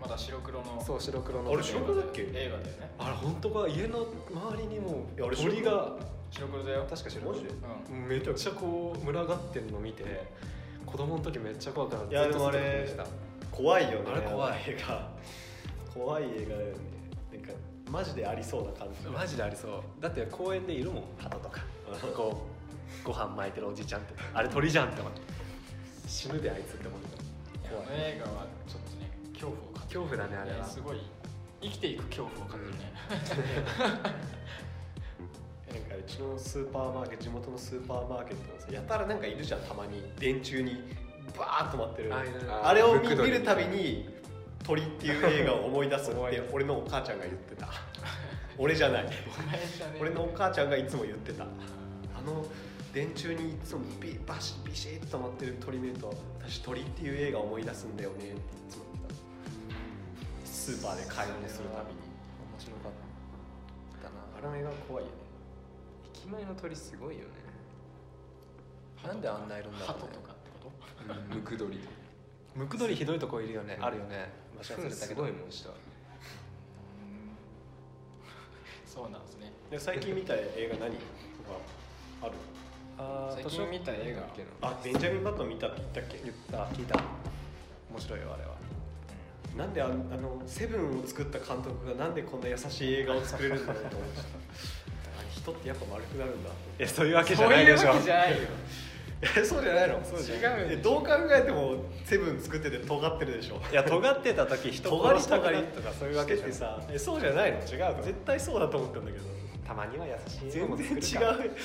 C: まだ白黒の
D: そう白黒の
A: あれ白黒だっけ
C: 映画だよね
D: あれ本当か家の周りにも
A: いやあれ
D: 鳥が
C: 白黒だよ
D: 確か白
A: マ
D: 黒
A: ジで
C: う
D: めっちゃこう群がってんの見て子供の時めっちゃ怖くなって
A: いや
D: ずっ
A: で
D: と
A: もあれ
D: 外で見て
A: 怖いよね
D: あれ怖い
A: 映画怖い映画だよねなんかマジでありそうな感じ
D: たマジでありそうだって公園でいるもん鳩とかこうご飯巻いてるおじちゃんってあれ鳥じゃんって思って死ぬであいつって思って
C: んいやあの映画はちょっとね恐怖を感じる
D: 恐怖だねあれは
C: ねすごい生きていく恐怖を感じるね
A: なんかうちのスーパーマーケット地元のスーパーマーケットのさやたらなんかいるじゃんたまに電柱にバーッと待ってる
D: あいる
A: あれを見
B: ムクドリ
A: 見るたびに鳥っていう映画を思い出すって俺のお母ちゃんが言 ってた俺じゃない
C: お前じゃ ねえ
A: 俺のお母ちゃんがいつも言ってたあの電柱にいつもビバシビシッと止まってる鳥見ると私鳥っていう映画を思い出すんだよねっていつも言ってたスーパーで買い物するたびに
D: 面白かったな
A: あれの映画怖いよね
B: 駅前の鳥すごいよね
D: なんであんないるんだろ
C: 鳩
D: うね
C: とかってこと
B: ムクドリ
D: ムクドリひどいとこいるよね、
B: うん
D: あるよね場所忘れたけ
B: す
D: ど
B: ごいもんした
C: そうなんですね
A: で最近見た映画何とかある
D: あー
C: 最近見た映画
B: だっけな
A: あベンジャミン・バットン見たって言ったっけ
D: 言った聞いた面白いよあれは
A: なんでああのセブンを作った監督がなんでこんな優しい映画を作れるんだろうと思いました 人ってやっぱ丸くなるんだ
D: えそういうわ
C: そういうわけじゃないよ
A: えそうじゃないの
C: そうじゃない
A: えどう考えてもセブン作ってて尖ってるでしょ
D: いや尖ってた時人
A: 尖り
D: 殺し
A: 尖
D: たか
A: り
D: り
A: と
D: と
A: か
D: か
A: そ
D: そうう
A: い
D: いうう
A: わ
D: わ
A: け
D: け
A: じ
D: じ
A: ゃ
D: ゃ
A: ん
D: ん
A: さえそうじゃないの違う絶対そうだと思ったんだけど
D: たまには優し
A: 全
D: い
A: 然違うそ
D: う
A: ういうこ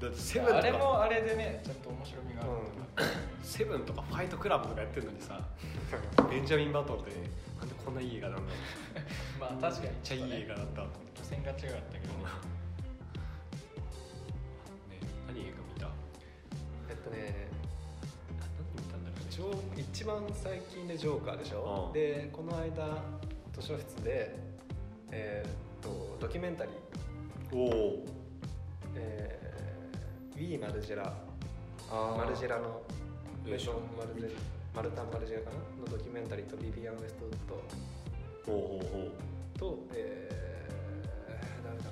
A: とだってセブンとか
C: あれもあれでねちゃんと面白みがある
A: セブンとかファイトクラブとかやってるのにさベンジャミン・バトルでなんでこんないい映画なんだめっ
C: まあ確かに
A: ちゃいい映画だったわ
C: 路線が違かったけどね
A: ね何映画見た
B: えっとね
A: 何見たんだろ
B: ジョー一番最近でジョーカーでしょ、
A: うん
B: でこの間図書室でえーっとドキュメンタリー
A: うねおお
B: 「えー、ウィー・マルジェラ」
D: あー
B: マルジェラの
A: えー
B: メション・マルジェラマルタン・マルジェラかなのドキュメンタリーとビビアン・ウェストウッ
A: ほうほうほう
B: ドとえー、誰だ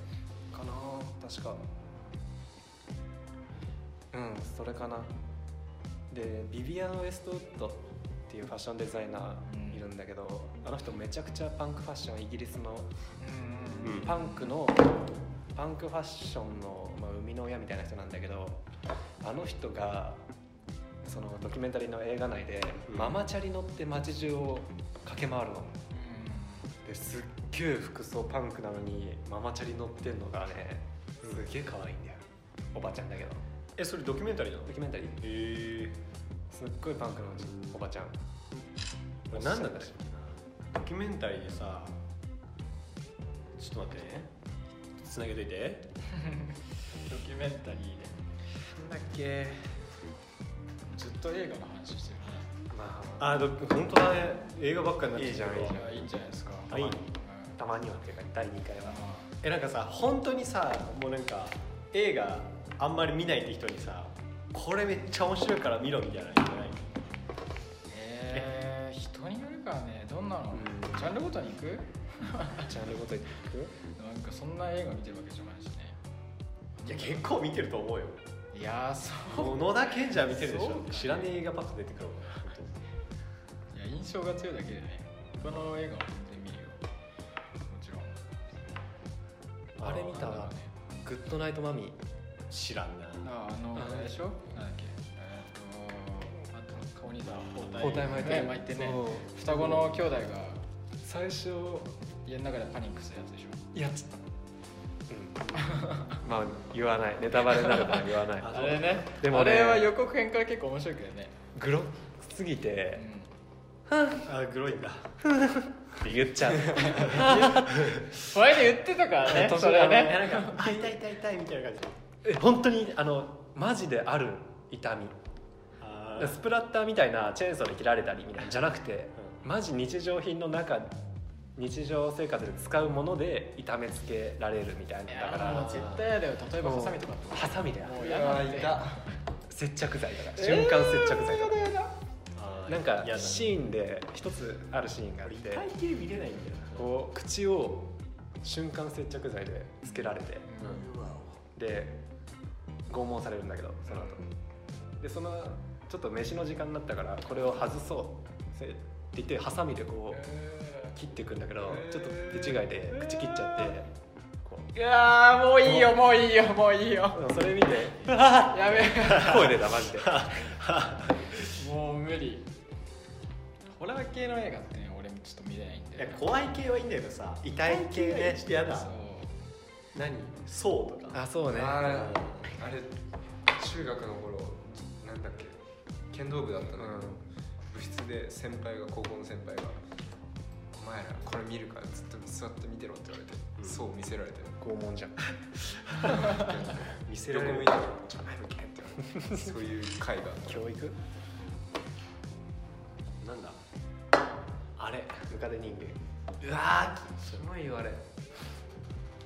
B: かな確か
D: うんそれかなでビビアン・ウェストウッドっていうファッションデザイナーいるんだけど、あの人めちゃくちゃパンクファッションイギリスの
C: うん
A: うん
D: パンクのパンクファッションの、まあ、生みの親みたいな人なんだけどあの人がそのドキュメンタリーの映画内で、
A: うん
D: ママチャリ乗って街中を駆け回るのですっげえ服装パンクなのにママチャリ乗ってんのがねすげえ可愛いんだよおばちゃんだけど
A: えそれドキュメンタリーなの
D: ドキュメンタリー
A: へ
D: すっごいパンクのおばちゃん
A: え何なんだっけドキュメンタリーでさちょっと待ってねつなげといて
C: ドキュメンタリーで
A: なんだっけ
C: ずっと映画の話してる
D: まあ
A: あど本当だね映画ばっかになっちゃった
D: いいじゃんいいじゃん
C: ねいやいいんじゃないですか
A: あいい
C: うん
D: たまにはっていうか第2回は
A: えなんかさ本当にさもうなんか映画あんまり見ないって人にさこれめっちゃ面白いから見ろみたいなの言わない
C: えー人によるからねどんなの
D: うん
C: ジャンルごとに行く
D: ジャンルごとにいく
C: なんかそんな映画見てるわけじゃないしね
A: いや結構見てると 思うよ
C: いやーそう
A: 野田賢治は見てるでし
C: そうか
A: ょ
C: ね
A: 知らねえ映画パッと出てくるもん本当に
C: いや印象が強いだけでね他の映画も全然見るよもちろん
D: あれ見た
C: なんだろうね
D: グッドナイトマミー
A: 知らんな
C: ああの
D: あ
C: あれでしょなんだっけえーっとあと顔にさ
D: 包帯巻いて
C: ね巻いてね
D: そう
C: 双子の兄弟が
D: 最初
C: 家の中でパニックするやつでしょ
D: やっちゃったうんまあ言わないネタバレになるから言わない
A: あ
C: あれね
D: でも
C: あ
D: ね
C: れは予告編から結構面白いけどね、
D: グロすぎ
C: う
D: て
C: ん
A: あグロいんだ
D: って言っちゃう
C: 前で言ってたからねそれは
A: え
C: ね
A: なんかあ痛い痛い痛いみたいな感じ
D: え本当にあのマジである痛み
A: あ
D: スプラッターみたいなチェーンソーで切られたりみたいなんじゃなくて、マジ日常品の中日常生活で使うもので痛めつけられるみたい
C: い
D: な
C: や
D: だか
C: もう
D: ら
C: 絶対やだよ例えば
D: もう
C: ハサミとかって
D: ハサミだよ
C: もう嫌なんで
D: 接着剤だから
C: えー
D: 瞬間接着剤だから、
A: あー
D: なんか
A: 嫌だ
D: シーンで一つあるシーンがあっ
A: 俺
D: て
A: 一回きり見れないんだよ
D: こう口を瞬間接着剤でつけられて
A: な
D: で拷問されるんだけどその後でそのちょっと飯の時間になったからこれを外そうせって言ってハサミでこう切っていくんだけど
C: えー
D: ちょっと手違いで口切っちゃってこ
C: いやーもういいよもういいよもういいよ
D: うそれ見て
C: やべえ
D: 声出たマジで
C: もう無理ホラー系の映画ってね俺もちょっと見れないん
A: いや
C: で
A: 怖い系はいいんだけどさ痛い系ねちょっと嫌だ
C: そう
A: 何そうとか
D: あそうね
B: あーあれ中学の頃なんだっけ剣道部だったんだけど、部室で先輩が高校の先輩が「お前らこれ見るからずっと座って見てろ」って言われて、
A: うん
B: そう見せられて
D: 拷問じゃん
A: 見せら
B: 横
A: れ
B: 向い
A: る
B: たら「ちょっと前向け」って言われてそういう回があった
D: 教育
A: なんだあれ
D: ムカデ人間
A: うわ
B: すごい言われ
A: ーム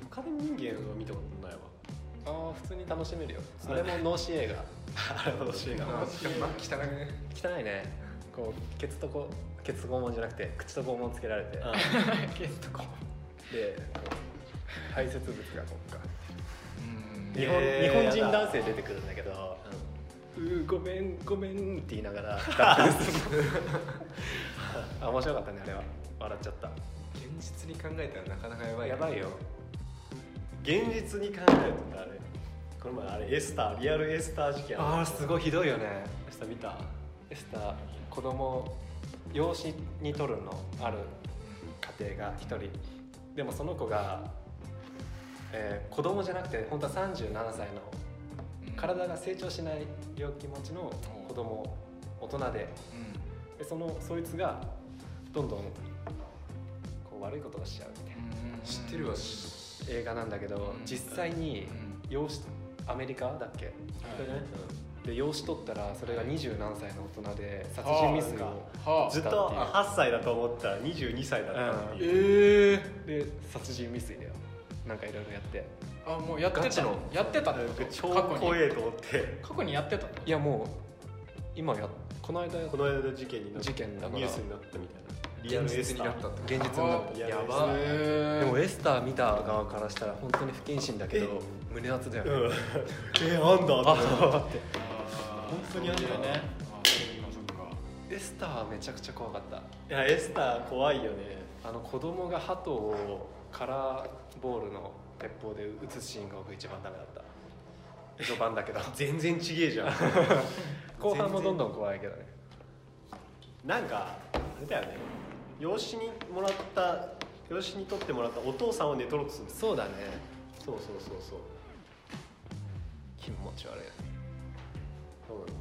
A: カデ人間は見たことないわ
D: ああ普通に楽しめるよそれも脳死映画
A: あれは欲しい
B: あ
A: な
B: まあ汚くね
D: 汚いねこうケツとこケツ拷問じゃなくて口と拷問つけられてでこ
C: ゲストか
D: う排泄物がこうか
C: うん
D: 日本
A: え
D: 日
A: ー
D: 本人男性出てくるんだけど「うーごめんごめん」って言いなが ら脱粉するあ面白かったねあれは笑っちゃった
B: 現実に考えたらなかなかやばい
D: やばいよ
A: 現実に考えるとあれこの前あれエスターリアルエスター事件
D: ああすごいひどいよね
A: エスター見た
D: エスター子供養子に取るのある家庭が一人でもその子が、えー、子供じゃなくて本当は37歳の
C: うん
D: 体が成長しない病気持ちの子供大人で
C: う
D: でそのそいつがどんどんこう悪いことをしちゃうみたいなん
B: 知ってるわ
D: 映画なんだけど
C: うん
D: 実際に
C: うん
D: 養子アメリカだっけ、
C: はい
D: それねで養子取ったらそれが二十何歳の大人で殺
A: あー
D: 人未遂
A: なん
D: を
A: か
C: は
A: ずっと8歳だと思ったら22歳だったって
C: え
A: いう、
C: ー、
D: で殺人未遂だよなんかいろいろやって
C: あもうやって
D: ガチ
C: た
D: の
C: のやってたってこと
A: 超
C: 過去に
A: 怖えと思って
C: 過去にやってたの
D: いやもう今やこの間
A: この間の事件になっ
D: 事件だから
A: ニュースになったみたいなリア
B: 現
A: ルエ
B: 実
A: ス
B: に
A: タ
B: なった
A: ー
B: って
D: 現実になった
A: やばい
D: やばい
C: え
D: で
C: ー
D: もエスター見た側からしたら本当に不謹慎だけど胸熱だよね、
A: うんえあんだって
D: あって
C: あー
A: 本当にあった
C: そういうねあーそっかそっか
D: エスターはめちゃくちゃ怖かった
A: いやエスター怖いよね
D: あの子供が鳩をカラーボールの鉄砲で撃つシーンが僕一番ダメだった序盤だ けど
A: 全然ちげえじゃん
D: 後半もどんどん怖いけどね
A: なんかあれだよね養子にもらった養子に取ってもらったお父さんを寝取ろうとするんです
D: そうだね
A: そうそうそうそう
D: 気持ち悪い
A: そうなんだ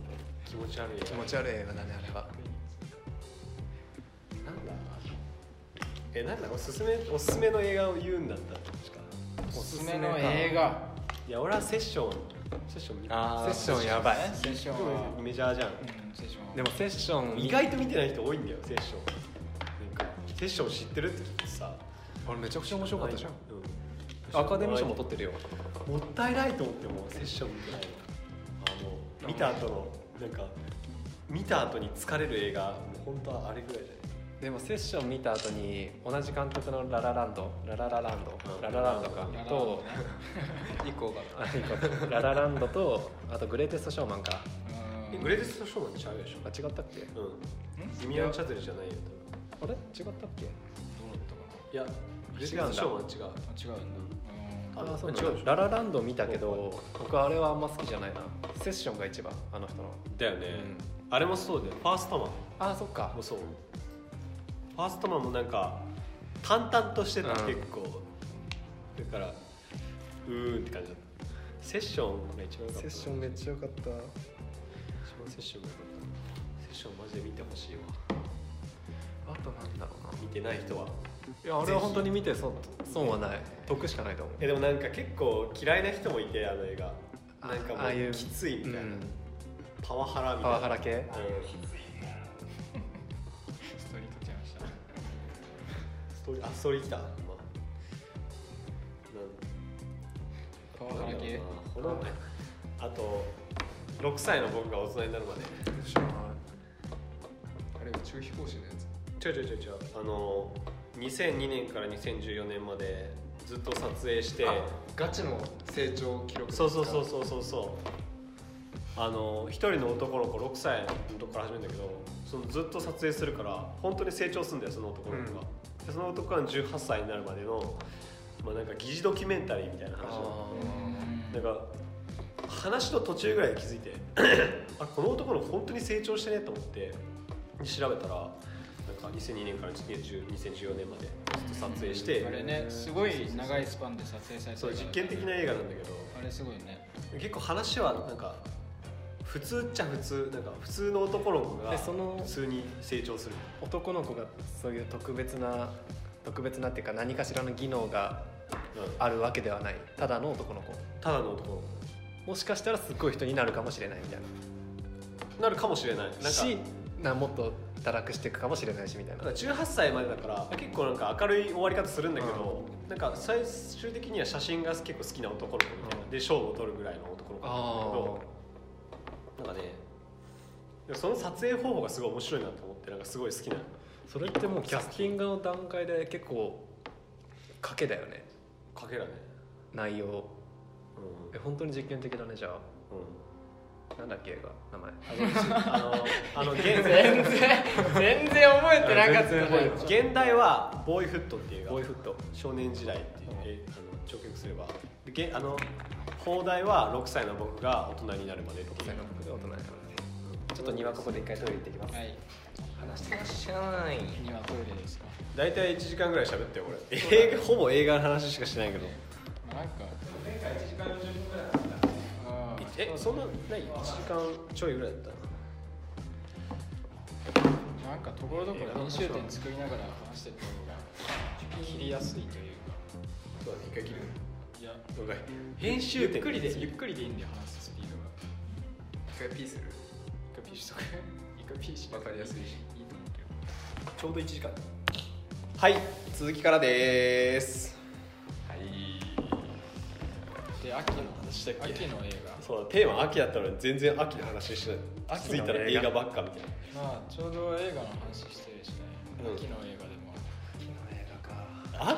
A: 気持ち悪い
D: 気持ち悪い映画だねあれは
A: なんだえなんだおすすめおすすめの映画を言うんだったら確か
C: おすすめ
D: お
C: の
D: すすめか
C: 映画
A: いや俺はセッションセッション見た
D: あーセッションやばい
C: セッションは
A: メジャーじゃん
C: うんセッションは
D: でもセッション
A: 意外と見てない人多いんだよセッションなんかセッション知ってるって聞いてさ
D: あれめちゃくちゃ面白かったじゃん
A: うん
D: アカデミー賞も取ってるよ
A: もったいないと思ってもうセッション見てないわあもう見た後のなんか見た後に疲れる映画もう本当はあれぐらいじ
D: でもセッション見た後に同じ監督の「ララランド」「ラララランド」
A: うん
D: 「ララランドか」
C: ララランド
D: と
C: ね
B: 以降が
D: あいいことララランドとあと「グレイテストショーマンか」
A: ゃ
C: う
A: ない
C: ん
A: グレイテストショーマンちゃうでしょ
D: あ違ったっけ
A: うん
C: ん
A: ジミー・アン・チャズルじゃないよ
D: あれ違ったっけ
C: どうだったかない
A: やグレイテストショーマン違う
C: あ違うんだ
A: あ
D: あそうなん
A: 違うで
D: だ
A: しょ
D: ララランド見たけど僕あれはあんま好きじゃないなセッションが一番あの人の
A: だよね、あれもそうだよファーストマン
D: あそっか
A: もそうファーストマンもなんか淡々としてた、
D: うん
A: 結構だからうーんって感じだったセッションが一番良かった
D: セッションめっちゃ良かった
A: 一番セッションが良かったセッションマジで見てほしいわ
D: あとなんだろうな
A: 見てない人はい
D: やあれは本当に見て損損はない得しかないと思う
A: えでもなんか結構嫌いな人もいてあの映画
D: あ
A: なんか
D: ああ
A: も
D: いう
A: うきついみたいな、
D: うん
A: パワハラみた
D: パ
A: いな
D: ワハラ系
A: うん
C: うんストーリー撮っちゃいました
A: ストーリーあストーリー来た、まあなん
C: パワハラ系
A: ほらあと6歳の僕が大人になるまで
B: あれ宇宙飛行士のやつ
A: ちょいちょいちょいちょいあの2002年から2014年までずっと撮影して
B: あガチの成長記録
A: そうそうそうそうそうそうあの一人の男の子6歳のとこから始めるんだけどそのずっと撮影するから本当に成長するんだよその男の子が、でその男が18歳になるまでの、まあ、なんか疑似ドキュメンタリーみたいな話なのなんか話の途中ぐらいで気づいて あこの男の子本当に成長してねと思ってで調べたらなんか2002年から2014年までずっと撮影して、
C: あれねすごい長いスパンで撮影されて
A: そう
C: るか
A: 実
C: ら
A: 験的な映画なんだけど
C: あれすごいね
A: 結構話はなんか普通っちゃ普通なんか普通の男の子が
D: でその
A: 普通に成長する
D: 男の子がそういう特別な特別なっていうか何かしらの技能が
A: うん
D: あるわけではないただの男の子
A: ただの男の
D: もしかしたらすっごい人になるかもしれないみたい
A: 子なるかもしれないなん
D: な
A: か
D: しなもっと堕落していくかもしれないしみたいな
A: なんか18歳までだから結構なんか明るい終わり方するんだけど、なんか最終的には写真が結構好きな男の子みたいな、
D: うん
A: で勝負を取るぐらいの男の子
D: あ
A: なんだけどなんかねでもその撮影方法がすごい面白いなと思ってなんかすごい好きなの
D: それってもうキャスティングの段階で結構賭けだよね
A: かけらね
D: 内容
A: うん、
D: え本当に実験的だねじゃ
A: う
D: あなんだっけ映画名前
A: ん、あのあ の現
C: 全
A: 代
C: 然全然覚えてなかった
D: 全然覚えて
C: ね
A: 現代はボーイフットっていう映画
D: ボーイフット
A: 少年時代っていう、えあの直訳すればでげあの放題は6歳の僕が大人になるまでっていう
D: 大人だからねちょっと庭ここで一回トイレ行ってきます
C: はい
D: 話してらっしゃい
C: 今トイレですか、
A: 大体1時間ぐらい喋ってよこれ映画ほぼ映画の話しかしてないけど
C: まあ、なんか
A: 前回1時間40分ぐらい
C: あー
A: えそんなない1時間ちょいぐらいだった
C: なんかところどころ編集点作りながら話してった方が切りやすいというか
A: そうだね一回切る
C: いや
A: 了解編集
C: ゆ
A: 点
C: っくりでゆっくりでいいんだよ話すスピードが
B: 一回ピーする
C: 一回ピーしとく一回ピーしと
B: わ
C: く
B: かりやすいし
C: いいと思うけど
A: ちょうど1時間
D: はい続きからです
B: はい
C: で秋の話したっけ秋の映
A: そうだテーマ秋だったのに全然秋の話してない
C: 秋
A: 気づい
C: の
A: たら
C: 映
A: 映
C: 画
A: 画ばっかみたいな
C: 画まあちょうど映画の話してるしね、
A: うん
C: 秋の映画でも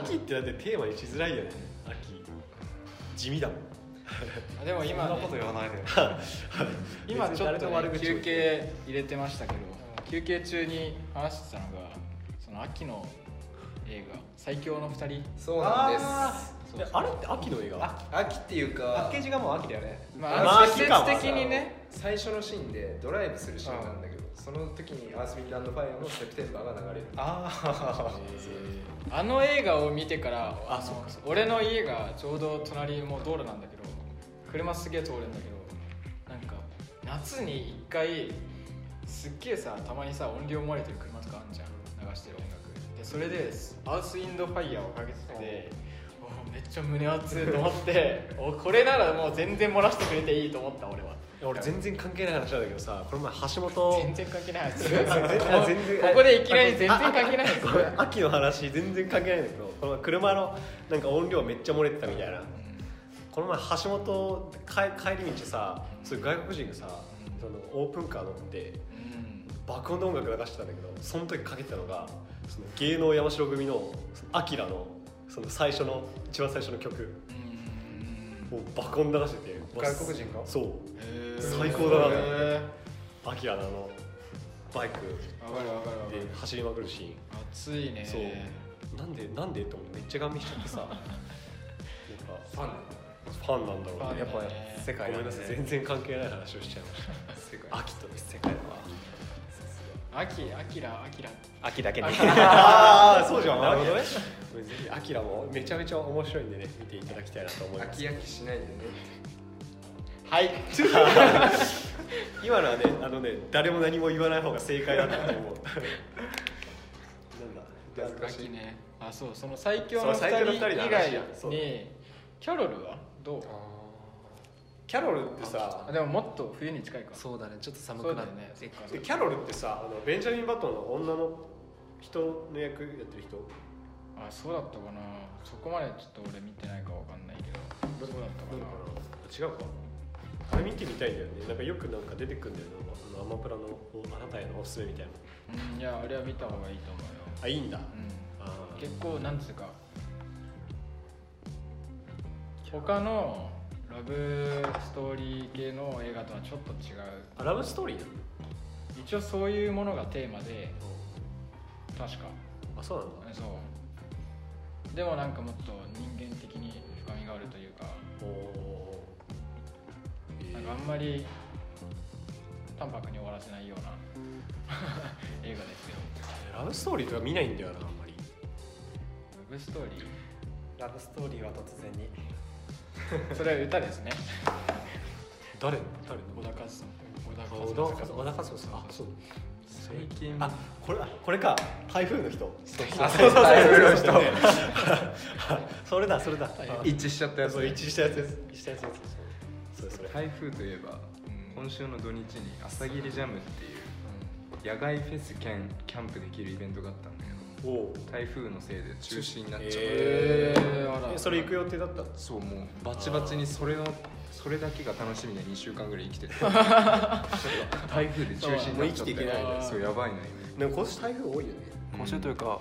A: 秋ってだってテーマにしづらいよね秋地味だもん
C: あでも今、ね、
D: 言わないで
C: 今ちょっ
A: 別に誰
C: と、ね
A: の悪、口を
C: 休憩入れてましたけど休憩中に話してたのがその秋の映画「最強の二人
B: そうなんです
C: そう
A: であれって秋の映画
B: 秋っていうか
D: ジがもう秋だよね」
C: ま
A: まあ
C: あ季
A: 秋か
C: 節的にね
B: 最初のシーンでドライブするシーンなんだけどその時に「アース・ウィンド・アンド・ファイア」の「セプテンバー」が流れる
D: あ
C: あの映画を見てから
A: あ
C: の
A: そうかそう
C: 俺の家がちょうど隣もう道路なんだけど車すげえ通るんだけどなんか夏に一回すっげえさたまにさ音量漏れてる車とかあんじゃん流してる音楽でそれで「アース・インド・ファイヤー」をかけてておーめっちゃ胸熱いと思っておこれならもう全然漏らしてくれていいと思った俺は
A: 俺全然関係ない話なんだけどさこの前橋本
C: 全然関係ないやつ
A: あ全然
C: ここでいきなり全然関係ないやつ
A: ごめん秋の話全然関係ないんだけどこの前車のなんか音量めっちゃ漏れてたみたいなこの前橋本帰帰り道さそういう外国人がさそのオープンカー乗って
C: うん
A: 爆音の音楽流してたんだけどその時かけてたのがその芸能山城組の「アキラのその最初の一番最初の曲
C: う
A: も
C: ん
A: う爆音流してて
B: 外国人か
A: そう
C: へー
A: 最高だな
C: へー
A: アキラのあのバイク
C: わかるわかるわか
A: で
C: る
A: 走りまくるシ
C: 暑いね
A: そうーンなんでなんでと思ってめっちゃガン見しちゃってさ なんか
B: ファン
A: ファンなんだろうね
C: ファンだね
A: やっぱ
D: 世
A: ご
D: 界
A: めんなさい全然関係ない話をしちゃいまし
B: 世界
A: た秋と世界は
C: 秋アキラアキラ
D: 秋だけね
A: ああそうじゃん
D: なるほどね
A: アキラもめちゃめちゃ面白いんでね見ていただきたいなと思います
B: 秋飽きしないでね
C: はい
A: 今のはねあのね誰も何も言わ ない方が正解だったと思うなんだ
B: 難し
C: 秋
B: い
C: ねあそうその最強の二
A: そう最強の二
C: 人
A: 人の
C: 以
A: 話
C: 外
A: やそう
C: にキャロルはどう
A: キャロルってさ
C: あでももっと冬に近いか
D: そうだねちょっと寒
C: そう
D: く
C: だ
D: な
C: よ
D: る
C: ねそっか
A: でキャロルってさあのベンジャミン・バトンの女の人の役やってる人
C: あそうだったかなそこまでちょっと俺見てないかわかんないけどそうだったか
A: な
C: な
A: のかな違うかあれ見てみたいんだよねなんかよくなんか出てくんだよねあのアマプラのおあなたへのおすすめみたいな
C: うんいやあれは見た方がいいと思うよ
A: あいいんだ
C: うん
A: あー
C: 結構なんつうか他のラブストーリー系の映画とはちょっと違う
A: あラブストーリーなの
C: 一応そういうものがテーマで確か
A: あそうなんだ
C: そうでもなんかもっと人間的に深みがあるというか
A: おおー
C: なんかあんまり淡白に終わらせない ような映画ですよ
A: えーラブストーリーとか見ないんだよなあんまり
C: ラブストーリ
D: ラブストーリーは突然に
C: ーそれは歌です ね
A: 誰誰の
C: 小田和正
A: あ
C: 小
A: 小
C: 田
A: 田和正小田
C: 和正
A: 和正さんあそう
B: 最近
A: あこれあこれか台風の人そうそう
B: そうそう台風の
A: そう
B: 人
A: そうそう それだそれだ
B: 一致しちゃったやつ
A: そう一致したやつです一致したやつですそうそれそれ
B: 台風といえば
C: うん
B: 今週の土日に朝霧ジャムっていう野外フェス兼キャンプできるイベントがあったんだけど
A: おお
B: 台風のせいで中止になっちゃった、
A: え
C: えーあら
A: えそれ行く予定だったの
B: そうもうバチバチにそれをそれだけが楽しみで2週間ぐらい生きてて台風で中止になっちゃった
A: もう生きていけない
C: ね
B: そうやばいな
A: でも今年台風多いよね
B: 今
D: 今週というか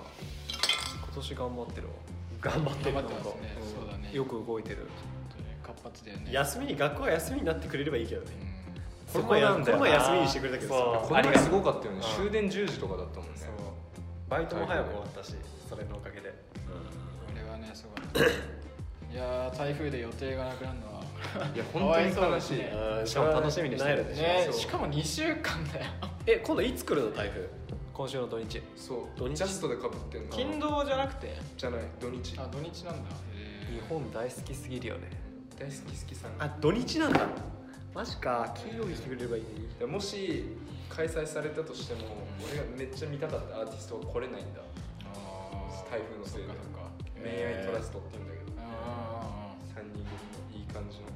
D: 今年頑張ってるわ
A: 頑張って
C: 頑
A: る
C: 張
A: な
C: っ
A: んか
C: てますねそうだね
D: よく動いてる
C: 活発だよね
A: 休みに学校は休みになってくれればいいけど
C: う
A: ね
C: ん
A: この前
D: そこなんだよ
A: こ
D: な
A: の前休みにしてくれたけどさ
D: そう
B: この
D: あ
B: 前
D: りが
B: すごかったよね
D: うん
B: 終電10時とかだったもんね
D: バイトも早く終わったしそれのおかげで
C: これはねすごいいやー台風で予定がなくなるのは
B: いや本当に
C: かわ
B: 悲
C: いそ
B: し
C: う
B: い、
C: ですね
D: しかも楽しみにしてる
A: でしょ、
C: ね
B: そう
C: しかも2週間だよ
A: え今度いつ来るの台風今週の土日
B: そう
A: 土日
B: ジャストでかぶってんの
A: 勤労じゃなくて
B: じゃない土日
C: あ
B: 大好
C: 土日なんだ
D: 日本大好きすぎるよね
B: き好きさん
A: あ土日なんだマジか金曜日来てくれればいいね
B: でもし開催されたとしても、俺がめっちゃ見たかったアーティストは来れないんだ
C: あー
B: 台風のせいで
C: そっかそっか
B: 恋愛トラス
C: ト
B: トって言うんだけど、
C: あーあ
B: 三3人組のいい感じの
C: ー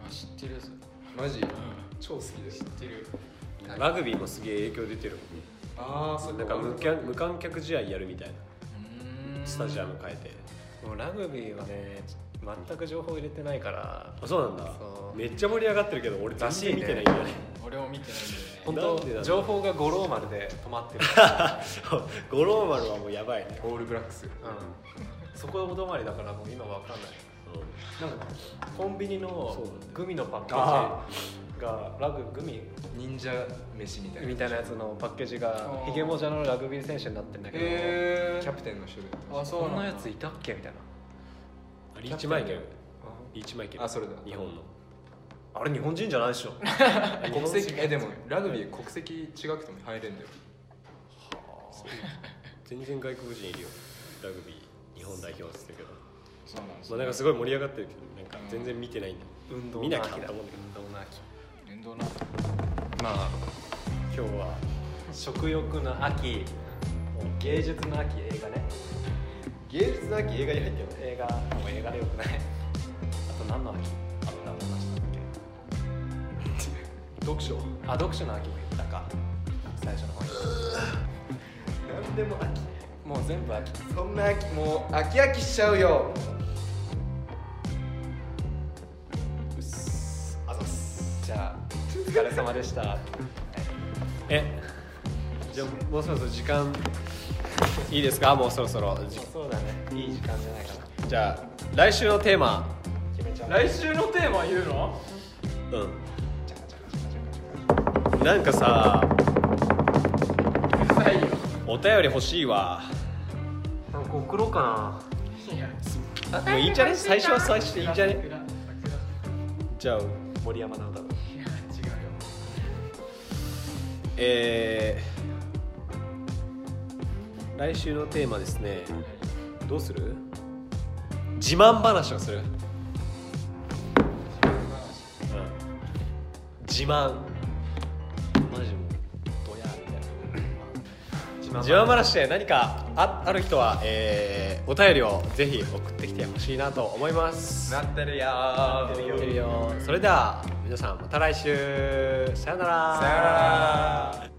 C: あーあ知ってるやつ、うん、
B: マジ超好きです
C: 知ってる
A: ラグビーもすげえ影響出てるもんね
B: ああそっ
A: なんか無観無観客試合やるみたいな
C: うーん
A: スタジアム変えて
D: もうラグビーはね全く情報入れてないから
A: あそうなんだ
D: そう
A: めっちゃ盛り上がってるけど俺全然見てないんだよね
C: 俺も見てないんだよ
D: 本
A: な
C: ね
A: んでだろ
D: 当
A: う
D: 情報が五郎丸で止まってる、
A: 五郎丸はもうやばいね、
B: オールブラックス
D: うん、そこ止まりだからもう今わかんない
A: うん
D: なんかコンビニの
A: そうだね
D: グミのパッケ
A: あ
D: ージがラググミ
B: 忍者飯みたいな
D: みたいなやつのパッケージがヒゲモジャのラグビー選手になってんだけど、
C: へえ
B: キャプテンの人で
C: あそう
D: こ
C: なん
D: ん
C: だ
D: なやついたっけみたいな
A: リーチマイケル
B: あ
A: リーチマイケル
B: あそれだ
A: 日本の
D: あれ日本人じゃないでしょ
B: 国籍えでもラグビー国籍違くても入れんだよ
A: 全然外国人いるよラグビー日本代表っつってるけど、
C: そうなんです
A: ま
C: よ
A: あ、なんかすごい盛り上がってるけどなんか全然見てないんだよ
D: 運 動
A: 見
D: の
A: なきゃ
D: 秋だ
A: と思うんだ
D: 運動の秋
C: 運動な
D: まあ今日は食欲の秋芸術の秋映画ね
B: 芸術なき映画に入ってる
D: 映画もう映画でよくないあと何の秋あった話したっ
B: 読書
D: けあ読書の秋も言ったか最初の方に
B: 何でも飽き
D: もう全部秋
B: そんな飽きもう飽き飽きしちゃうようっすあざっす
D: じゃあお疲れ様で した
A: えじゃあもうそろそろ時間いいですかもうそろそろじ
D: そうだねいい時間じゃないかな
A: じゃあ来週のテーマ
D: 決めちゃう
C: 来週のテーマ言うの
A: う
C: チャカチャカチャカチャカチャカ
A: んなんかさ
C: うるさいよ
A: お便り欲しいわ
D: なんか送ろうか
C: いや
A: もういいんじゃね最初は最初でいいんじゃね
C: 桜桜
A: じゃあ
D: な森山の
C: い
D: 歌
C: や違うよ
A: えー、来週のテーマですねどうする自慢話をする、うん、自慢マジも
D: ドヤみたいな自
A: 自慢話で何かあある人は、えーお便りをぜひ送ってきてほしいなと思います
B: なってるよ
A: なってるよそれでは皆さんまた来週さよなら
B: さよなら